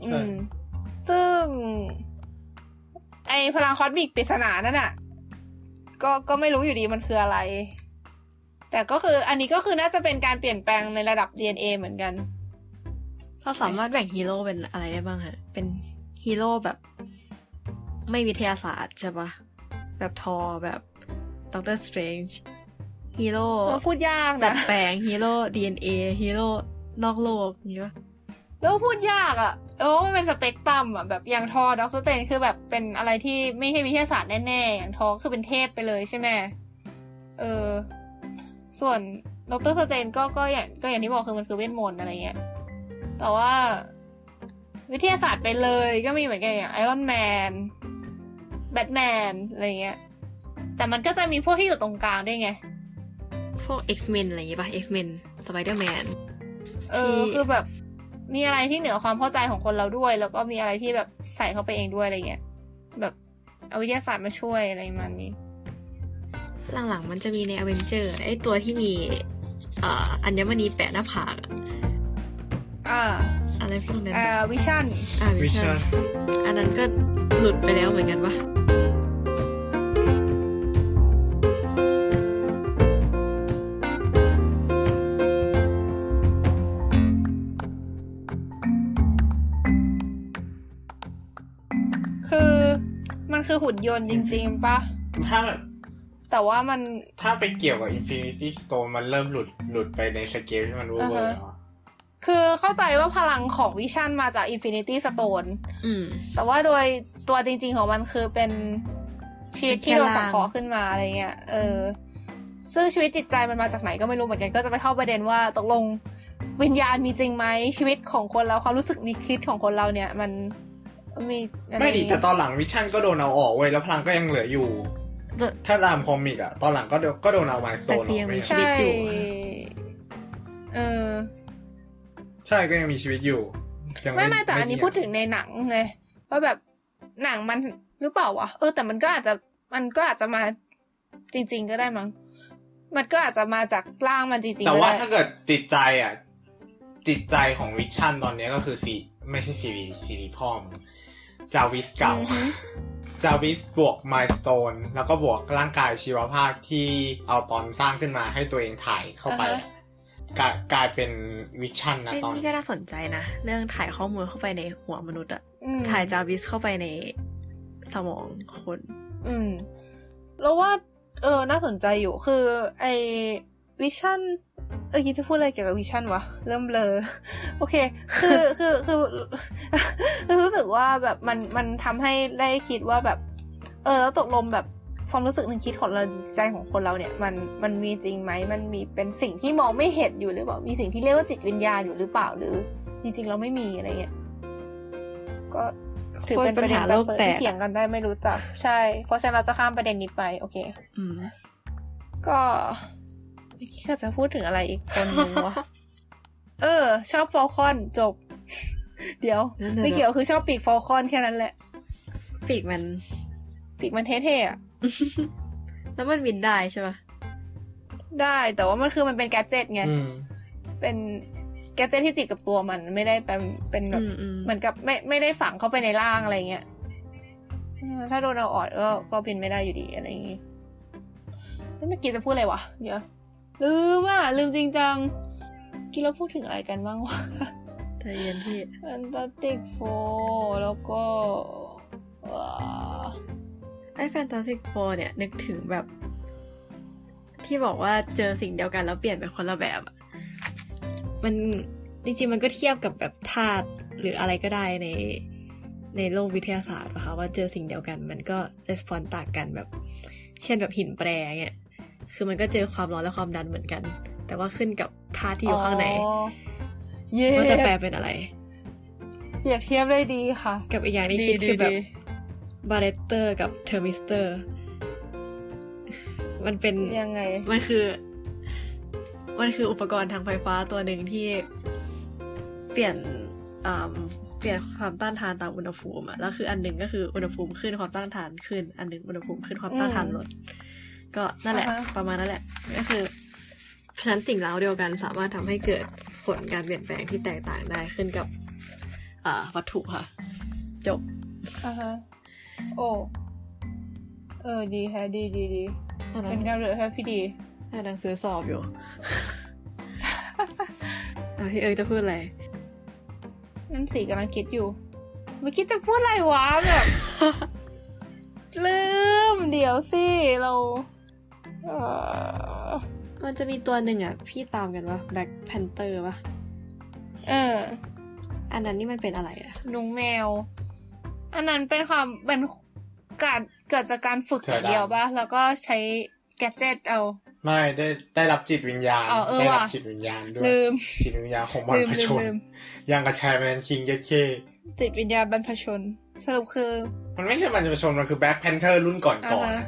S2: อื
S1: ใช่
S2: ม ซึ่ง ไอพลังคอสมิกปริศนานั่นอะก็ก็ไม่รู้อยู่ดีมันคืออะไร แต่ก็คืออันนี้ก็คือน่าจะเป็นการเปลี่ยนแปลงในระดับ DNA เหมือนกัน
S6: เราสามารถแบ่งฮีโร่เป็นอะไรได้บ้างฮะ เป็นฮีโร่แบบ ไม่วิทยาศาสตร์ใช่ปะแบบทอแบบด็อกเตอร์สเตรนจ์ฮีโร่
S2: มันพูดยาก
S6: ดั
S2: นะ
S6: ดแปลงฮีโร่ DNA ฮีโร่นอกโลกอย่างเงี้ย
S2: แล้วพูดยากอะโอ้มันเป็นสเปกตรัมอะแบบอย่างทอด็อกสเตนคือแบบเป็นอะไรที่ไม่ใช่วิทยาศาสตร์แน่ๆอย่างทอคือเป็นเทพไปเลยใช่ไหมเออ ส่วนด็อกเตอร์สเตนก็ก็อย่างก็อย่างที่บอกคือมันคือเวทมนต์อะไรเงี้ย แต่ว่าวิทยาศาสตร์ไปเลยก็มีเหมือนกันอย่างไอรอนแมนแบทแมนอะไรเงี้ย แต่มันก็จะมีพวกที่อยู่ตรงกลางด้วยไง
S6: พวก X-Men อะไรอย่างเงี้ยป่ะ X-Men Spider-Man
S2: เออ
S6: ที่
S2: คือแบบมีอะไรที่เหนือความเข้าใจของคนเราด้วย แล้วก็มีอะไรที่แบบใส่เข้าไปเองด้วยอะไรเงี้ยแบบเอาวิทยาศาสตร์มาช่วยอะไรประมันนี้
S6: หลังๆมันจะมีใน Avenger ไอตัวที่มีเอ่ออัญมณีแปะหน้าผากอะ
S2: อ่า
S6: อะไรพวกนั้น
S2: อ่าวิชั่น
S6: อ่าวิชั่นอันนั้นก็หลุดไปแล้วเหมือนกันปะ
S2: คือมันคือหุ่นยนต์จริง ๆปะ
S1: ถ้าแบบ
S2: แต่ว่ามัน
S1: ถ้าไปเกี่ยวกับ Infinity Stone มันเริ่มหลุดหลุดไปในสเกลที่มันเวอร์เวอร์แล้วอะ
S2: คือเข้าใจว่าพลังของวิชั่นมาจากอินฟินิตี้สโตน
S6: อืม
S2: แต่ว่าโดยตัวจริง ๆ ของมันคือเป็นชีวิตที่โดนสังเคราะห์ขึ้นมาอะไรเงี้ยเออ ซึ่งชีวิตจิตใจมันมาจากไหนก็ไม่รู้เหมือนกันก็จะไปเข้าประเด็นว่าตกลงวิญญาณมีจริงไหมชีวิตของคนเราความรู้สึกนิคิดของคนเราเนี่ย มันมีอะไร
S1: ไม่ดิแต่ตอนหลังวิชั่นก็โดนเอาออกเว้ยแล้วพลังก็ยังเหลืออยู่
S6: แต่
S1: ถ้าตามคอมิกอะตอนหลังก็โดนก็โดนเอาไมโซนออกไป
S6: ชีวิ
S2: ใช่
S6: ตอยู่
S2: เออ
S1: ใช่ก็ยังมีชีวิตอยู่ยัง
S2: ไม่ไม่แต่อันนี้
S1: เย
S2: พูดถึงในหนังไงว่าแบบหนังมันหรือเปล่าวะเออแต่มันก็อาจจะมันก็อาจจะมาจริง ๆ ก็ได้มั้งมันก็อาจจะมาจากร่างมันจริงๆ
S1: แต่
S2: ก็
S1: ว่า
S2: ได้
S1: ถ้าเกิดจิตใจอะจิตใจของวิชั่นตอนเนี้ยก็คือสีไม่ใช่ซีรีซีรีพ่อมงจาวิสเก่า
S2: อือฮึ
S1: จาวิสบวกมายสโตนแล้วก็บวกร่างกายชีวภาพที่เอาตอนสร้างขึ้นมาให้ตัวเองถ่ายเข้าไปอะกลายกลายเป็นวิชั่นนะ
S6: เรื่อง
S1: ตอน
S6: นี้
S1: นี้
S6: ก็น่าสนใจนะ เรื่องถ่ายข้อมูลเข้าไปในหัวมนุษย์อะ
S2: อืม
S6: ถ่ายจาวิสเข้าไปในสมองคน
S2: อืมแล้วว่า เออ น่าสนใจอยู่ คือ ไอวิชั่น เออยี่จะพูดอะไรเกี่ยวกับวิชั่นวะ เริ่มเบลอ โอเค คือคือคือ คือรู้สึกว่าแบบมันมันทำให้ได้คิดว่าแบบ เออ แล้วตกลงแบบความรู้สึกหนึ่งคิดของเราใจของคนเราเนี่ย มันมันมีจริงไหมมันมีเป็นสิ่งที่มองไม่เห็นอยู่หรือเปล่ามีสิ่งที่เรียกว่าจิตวิญญาณอยู่หรือเปล่าหรือ จริงๆเราไม่มีอะไรเงี้ยก็ถือเป็นประเด็
S3: โคตรปัญ
S2: น
S3: หา
S2: แบ
S3: โล
S2: บ
S3: ก
S2: เปิด
S3: แตก
S2: ที่เถียงกันได้ไม่รู้จัก ใช่ เพราะฉะนั้นเราจะข้ามประเด็นนี้ไป โอเค
S6: อืม
S2: ก็เมื่อกี้ก็จะพูดถึงอะไรอีกคนนึงวะ เออ ชอบฟอลคอนจบ เดี๋ยว
S6: นั่น
S2: ไม่เกี่ยวคือชอบปีกฟอลคอนแค่นั้นแหละ
S6: ปีกมัน
S2: ปีกมันเท่ๆอ่ะ
S6: แล้วมันบินได้ใช่ปะ
S2: ได้แต่ว่ามันคือมันเป็นแกดเจ็ตไง
S1: อืม
S2: เป็นแกดเจ็ตที่ติดกับตัวมันไม่ได้เป็นเป็นแบบ
S6: อืมอืม
S2: เหมือนกับไม่ไม่ได้ฝังเข้าไปในร่างอะไรเงี้ยเออถ้าโดนเอาออดก็ก็บินไม่ได้อยู่ดีอะไรอย่างงี้แล้วเมื่อกี้จะพูดอะไรวะ เดี๋ยวลืมอ่ะลืมจริงจังเมื่อกี้เราพูดถึงอะไรกันบ้างวะ
S6: ใจเย็นพี่
S2: ฟันตาติกโฟแล้วก็เอ่อ
S6: ไอ้แฟนตาซีโฟเนี่ยนึกถึงแบบ ที่บอกว่าเจอสิ่งเดียวกันแล้วเปลี่ยนเป็นคนละแบบอะมันจริงๆมันก็เทียบกับแบบธาตุหรืออะไรก็ได้ใน ในโลกวิทยาศาสตร์นะคะว่าเจอสิ่งเดียวกัน มันก็レスปอนต่างกันแบบ เช่นแบบหินแปรเงี้ยคือมันก็เจอความร้อนและความดันเหมือนกัน แต่ว่าขึ้นกับธาตุที่อยู่ข้างใน
S2: เย่
S6: ว่าจะแปลเป็นอะไร
S2: เปรียบเทียบได้ดีค่ะ
S6: กับอีกอย่างที่
S2: ดี
S6: คิดคือแบบ
S2: ดี
S6: บาเรตเตอร์กับเทอร์มิสเตอร์ มันเป็น
S2: ยังไง
S6: มันคือ มันคืออุปกรณ์ทางไฟฟ้าตัวหนึ่งที่เปลี่ยนอ่าเปลี่ยนความต้านทานตามอุณหภูมิอะแล้วคืออันหนึ่งก็คืออุณหภูมิขึ้นความต้านทานขึ้น อันหนึ่งอุณหภูมิขึ้นความต้านทานลด ก็นั่นแหละ
S2: อ่าฮะ
S6: ประมาณนั่นแหละ ก็คือเพราะฉะนั้นสิ่งเล้าเดียวกันสามารถทำให้เกิดผลการเปลี่ยนแปลงที่แตกต่างได้ขึ้นกับอ่าวัตถุค่ะ จบ
S2: อ่าฮะโอ้เออดีแฮะดีดีดี
S6: อันนั้
S2: เป็น นการเลือกแฮะพี่ดี
S6: อ่านหนังสือสอบอยู่ อ่ะพี่เอิร์กจะพูดอะไร
S2: นั่นสีกำลังคิดอยู่ เมื่อกี้จะพูดอะไรวะแบบ ลืม เดี๋ยวสิเราเออ
S6: มันจะมีตัวหนึ่งอ่ะ พี่ตามกันว่า Black Panther ป่ะ
S2: เออ
S6: อันนั้นนี่มันเป็นอะไรอ่ะ
S2: ลุงแมว อันนั้นเป็นความเป็นการเกิดจากการฝึก
S1: ใช่
S2: อย่างเดียว
S1: ได้
S2: ป่ะ แล้วก็ใช้แกดเจ็ตเอา
S1: ไม่ได้ได้รับจิตวิญญาณ
S2: อ๋อเออ
S1: ได้รั
S2: ว่ะ
S1: จิตวิญญาณด้วย
S2: ลืม
S1: จิตวิญญาณของบรรพชน
S2: ลืมลืม
S1: อย่างกระชายแมนคิงเจเค
S2: จิตวิญญาณบรรพชนสรุปคือ
S1: มันไม่ใช่บรรพชน มันคือแบ็คแพนเทอร์รุ่นก่อนๆ
S2: อ่า
S1: นะ
S2: ฮะ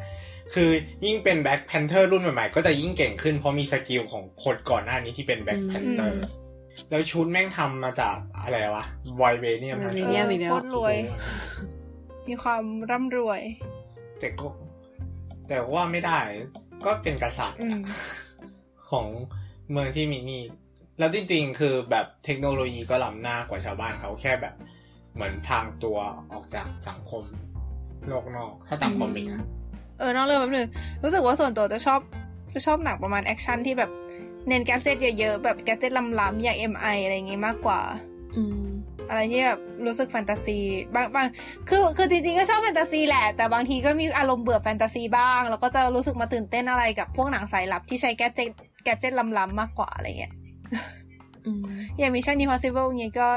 S1: คือยิ่งเป็นแบ็คแพนเทอร์รุ่นใหม่ๆ ก็จะยิ่งเก่งขึ้นเพราะมีสกิลของคนก่อนหน้านี้ที่เป็นแบ็คแพนเตอ
S6: อื
S1: ร์
S6: ม
S1: แล้วชุดแม่งทำมาจากอะไรวะไวเบเนียมนะ
S2: เอ
S6: ไวเบ
S2: อ
S6: เนี ยมอีกแล้ว
S2: โคตรรวย มีความร่ำรวย
S1: แต่ก็แต่ว่าไม่ได้ ก็เป็นกษัตริย์
S2: อื
S1: อะ
S2: ม
S1: ของเมืองที่มีหนี่แล้วจริงๆ คือแบบเทคโนโลยีก็ล้ำหน้ากว่าชาวบ้านเขาแค่แบบ เหมือนพรางตัวออกจากสังคมโลกนอก ถ้าตามคอมิกนะ
S2: เออนอกเรื่องแป๊บนึงรู้สึกว่าส่วนตัวจะชอบจะชอบหนังประมาณแอคชั่นที่แบบเน้นแกดเจ็ตเยอะๆ แบบแกดเจ็ตล้ำๆอย่าง MI อะไรอย่างงี้มากกว่า
S6: อืม
S2: อะไรที่แบบรู้สึกแฟนตาซีบางบางคือคือจริงๆก็ชอบแฟนตาซีแหละ แต่บางทีก็มีอารมณ์เบื่อแฟนตาซีบ้าง แล้วก็จะรู้สึกมาตื่นเต้นอะไรกับพวกหนังสายลับที่ใช้แกดเจ็ตแกดเจ็ตล้ำๆมากกว่าอะไรเงี้ย
S6: อืม
S2: อย่างมิชชั่น i m p พอ s ิเบิลเงี้ยก็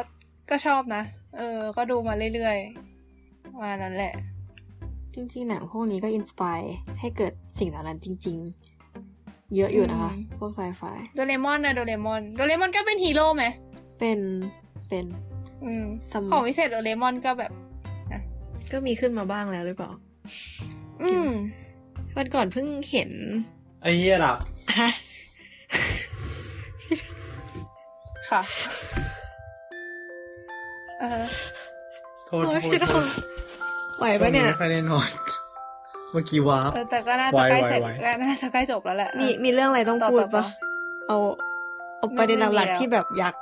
S2: ก็ชอบนะ เออ ก็ดูมาเรื่อยๆประมาณนั้นแหละ
S6: จริงๆ หนังพวกนี้ก็อินสปายให้เกิดสิ่งเหล่านั้นจริง ๆ เยอะอยู่นะคะ
S2: อืม
S6: พวกไซไฟ
S2: โดเรมอนนะโดเรมอนโดเรมอนก็เป็นฮีโร่ไหม
S6: เป็นเป็น
S2: อืม
S6: สม
S2: ของพิเศษโดเรมอนก็แบบ
S6: ก็มีขึ้นมาบ้างแล้วหรือเปล่า
S2: อืม
S6: วันก่อนเพิ่งเห็น
S1: ไอ้เหี้ยหลับ
S6: ฮะ
S2: ค่ะเออ
S1: โทษ
S6: โอ้ย
S1: โทษ
S6: พี่ดอ
S1: โท
S6: ม
S1: ษ
S6: ไหวปะเนี่ย
S1: ช่วงไม่ค่อยได้นอน เมื่อกี้วาร์ป
S2: เอ อแต่ก็น่าจะใกล้เสร็จ
S1: ไว้ไว้ไว้
S2: ก็น่าจะใกล้จบแล้วแหละ
S6: มีมีเรื่องอะไรต้อง
S2: ต่อ
S6: พูด
S2: ต่อต่อ
S6: ปะเอาเอาประเด็น
S2: ไม่ไม่มี
S6: หลัก
S2: แล้ว
S6: ๆที่แบบอยาก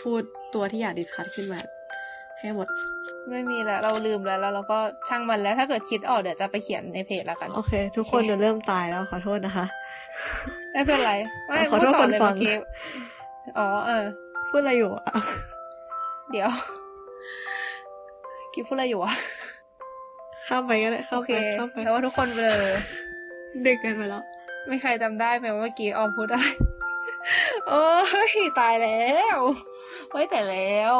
S6: พูดตัวที่อยากดิสคัทขึ้นมาให้หมด
S2: ไม่มีแล้วเราลืมแล้วแล้วเราก็ช่างมันแล้วถ้าเกิดคิดออกเดี๋ยวจะไปเขียนในเพจแล้วกัน
S6: โอเค ทุกคน
S2: โอเค
S6: เดี๋ยวเริ่มตายแล้วขอโทษนะคะ
S2: ไม่เป็นไรไม่
S6: ขอโทษ
S2: พูดต่
S6: คน
S2: เลย
S6: ฟั
S2: เมื่อ
S6: ง
S2: กี้อ๋อเออ
S6: พูดอะไรอยู่อ่ะ
S2: เดี๋ยวกิ๊บพูดอะไรอยู่วะ
S6: ข้ามไปก็ได้ข้า
S2: โอ
S6: ม
S2: เค
S6: ไปข้ามไป
S2: แต่ว่าทุกคนเบลอ
S6: ดึกกันไปแล้ว
S2: ไม่ใครจำได้ไหมว่าเมื่อกี้ออมพูดอะไร โอ้ยตายแล้วโอ้ยแต่แล้ว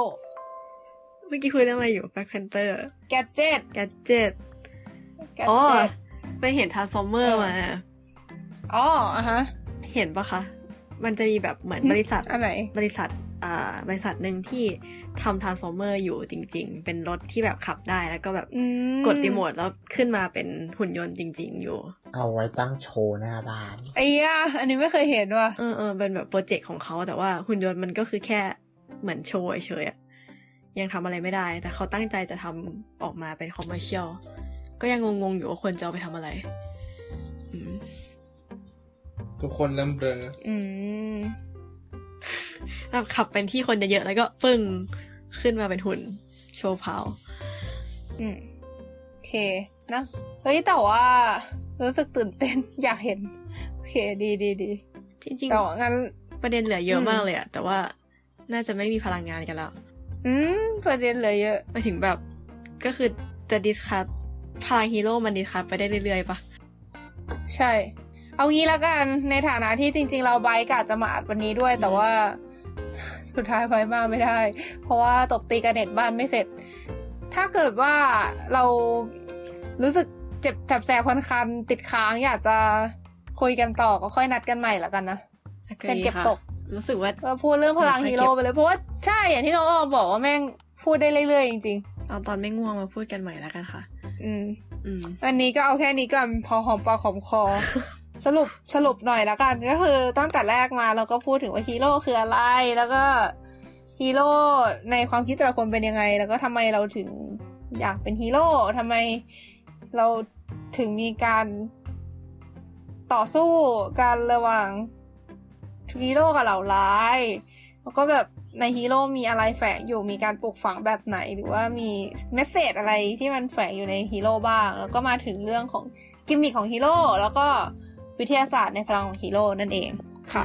S6: เมื่อกี้คุยเรื่องอะไรอยู่ Black Panther
S2: แกดเจ็ต
S6: Gadget
S2: แกด
S6: อ๋อ
S2: เจ็ต
S6: ไปเห็น Transformer
S2: เออ
S6: มา
S2: อ๋ออ่ะฮะ
S6: เห็นปะคะ มันจะมีแบบเหมือนบริษัท
S2: อันไหน
S6: บริษัท อ่า บริษัทหนึ่งที่ทำ Transformer อยู่จริง ๆ เป็นรถที่แบบขับได้แล้วก็แบบ
S2: อืม
S6: กดรีโมทแล้วขึ้นมาเป็นหุ่นยนต์จริง ๆ อยู่
S1: เอาไว้ตั้งโชว์หน้าบ้าน
S2: ไอ้ยะอันนี้ไม่เคยเห็นว่ะ
S6: เออเออเป็นแบบโปรเจกต์ของเขาแต่ว่าหุ่นยนต์มันก็คือแค่เหมือนโชว์เฉยๆอะยังทำอะไรไม่ได้ แต่เขาตั้งใจจะทำออกมาเป็นคอมเมอร์เชียลก็ยังงงๆอยู่ว่าควรจะเอาไปทำอะไร อืม
S1: ทุกคนเริ่มเบลอ
S2: อืม
S6: แบบขับเป็นที่คนเยอะๆแล้วก็ปึ้งขึ้นมาเป็นหุ่นโชว์เผา
S2: อืม โอเคนะ เฮ้ย แต่ว่า รู้สึกตื่นเต้น อยากเห็น โอเค ดีดีดี
S6: จริง
S2: ต่องั้น
S6: ๆ ประเด็นเหลือเยอะมากเลยอะแต่ว่าน่าจะไม่มีพลังงานกันแล้ว
S2: อืม ประเด็นเหลยเยอะ
S6: ไปถึงแบบก็คือจะดิสคัสพลังฮีโร่มันดิสคัสไปได้เรื่อยๆปะ
S2: ใช่ เอางี้ละกัน ในฐานะที่จริง ๆ เราไบค์กะจะมาอัดวันนี้ด้วย แต่ว่า สุดท้ายไบค์มาไม่ได้ เพราะว่าตบตีกระเน็ตบ้านไม่เสร็จ ถ้าเกิดว่าเรารู้สึกเจ็บแสบแสบคันคันๆติดค้างอยากจะคุยกันต่อก็ค่อยนัดกันใหม่ละกันนะ เป็นเก็บตก
S6: รู้สึกว่า
S2: ก็พูดเรื่องพลังฮีโร่ไปเลยเพราะว่าใช่อย่างที่น้องออมบอกว่าแม่งพูดได้เรื่อยๆจริง
S6: ตอนตอนไม่ง่วงมาพูดกันใหม่แล้วกันค่ะ
S2: ๆ อืม
S6: อืม
S2: วันนี้ก็เอาแค่นี้ก่อนพอหอมปากหอมคอ สรุปสรุปหน่อยละกัน ก็คือตั้งแต่แรกมาเราก็พูดถึงว่าฮีโร่คืออะไร แล้วก็ฮีโร่ในความคิดแต่ละคนเป็นยังไง แล้วก็ทำไมเราถึงอยากเป็นฮีโร่ทำไมเราถึงมีการต่อสู้กันระหว่างฮีโร่กับเหล่าร้าย แล้วก็แบบในฮีโร่มีอะไรแฝงอยู่ มีการปลูกฝังแบบไหน หรือว่ามีเมสเซจอะไรที่มันแฝงอยู่ในฮีโร่บ้าง แล้วก็มาถึงเรื่องของกิมมิคของฮีโร่แล้วก็วิทยาศาสตร์ในพลังของฮีโร่นั่นเองค่ะ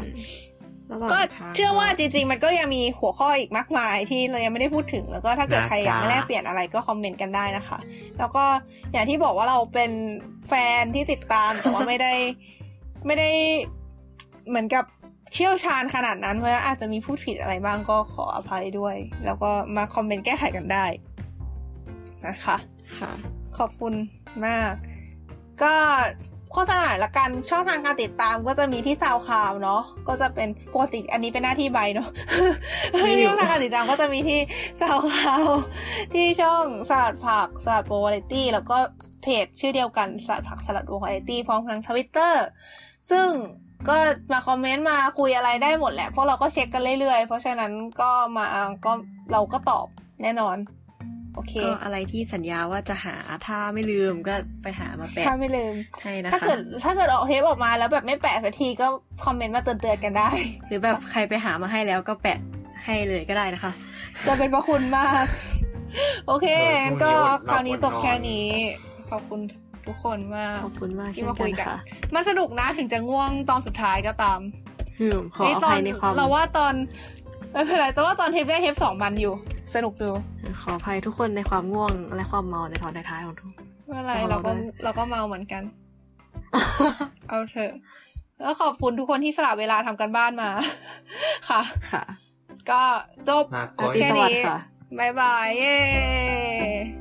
S6: ระหว่าง
S2: ก็
S6: ทาง
S2: เชื่อว่าจริงๆ มันก็ยังมีหัวข้ออีกมากมายที่เรายังไม่ได้พูดถึง แล้วก็ถ้าเกิดใครอยากมาแลกเปลี่ยนอะไรก็คอมเมนต์กันได้นะคะ แล้วก็อย่างที่บอกว่าเราเป็นแฟนที่ติดตาม แต่ว่าไม่ได้ไม่ได้เหมือนกับเชี่ยวชาญขนาดนั้นเพราะฉะนั้นอาจจะมีพูดผิดอะไรบ้างก็ขออภัยด้วย แล้วก็มาคอมเมนต์แก้ไขกันได้นะคะ
S6: ค่ะ
S2: ขอบคุณมาก ก็โฆษณาหน่อยละกันช่องทางการติดตามก็จะมีที่ซาวคาวเนาะก็จะเป็นปกติอันนี้เป็นหน้าที่ใบเนาะ
S6: ไม่อยู่
S2: ช่องทางการติดตามก็จะมีที่ซาวคาวที่ช่องสลัดผักสลัดโปรวาไรตี้แล้วก็เพจชื่อเดียวกันสลัดผักสลัดวงวาไรตี้พร้อมทั้งทวิตเตอร์ซึ่งก็มาคอมเมนต์มาคุยอะไรได้หมดแหละเพราะเราก็เช็คกันเรื่อยๆ เพราะฉะนั้นก็มาก็เราก็ตอบแน่นอน โอเค
S6: ก็อะไรที่สัญญาว่าจะหาถ้าไม่ลืมก็ไปหามาแปะ
S2: ถ้าไม่ลืม
S6: ให้นะ
S2: ถ้า
S6: คะ
S2: เกิดถ้าเกิดออกเทปออกมาแล้วแบบไม่แปะสักทีก็คอมเมนต์มาเตือนๆกันได้
S6: หรือแบบใครไปหามาให้แล้วก็แปะให้เลยก็ได้นะคะ
S2: จะเป็นพระคุณมาก โอเค
S1: เออช่วงนี้
S2: งั้นก็
S1: อด
S2: คราวนี้
S1: อดนอน
S2: จบแค่นี้ ขอบคุณทุกคนมาก
S6: ขอบคุณมาก
S2: ที่
S6: เช่น
S2: มาคุ
S6: กั
S2: ย
S6: น
S2: กัน
S6: ค่ะ
S2: มันสนุกนะถึงจะง่วงตอนสุดท้ายก็ตาม
S6: หืมขอ
S2: เย
S6: อ
S2: ต
S6: ภัยในความ
S2: เราว่าตอนไม่เป็นไรแต่ว่าตอนเทปแรกเทปสองมันอยู่ สนุกอยู่
S6: ขออภัยทุกคนในความง่วงและความเมาในตอนท้ายๆของทุก
S2: ไม่เป็นไร
S6: เอา
S2: เราก็
S6: ได้
S2: เราก็เมาเหมือนกัน เอาเถอะ แล้วขอบคุณทุกคนที่สละเวลาทำกันบ้านมา ค่ะ
S6: ค่ะ
S2: ก็จบ
S1: ลา
S6: รา
S1: ก่อย
S6: ตรีสวัสดิ์ค่ะ
S2: บายบาย เย้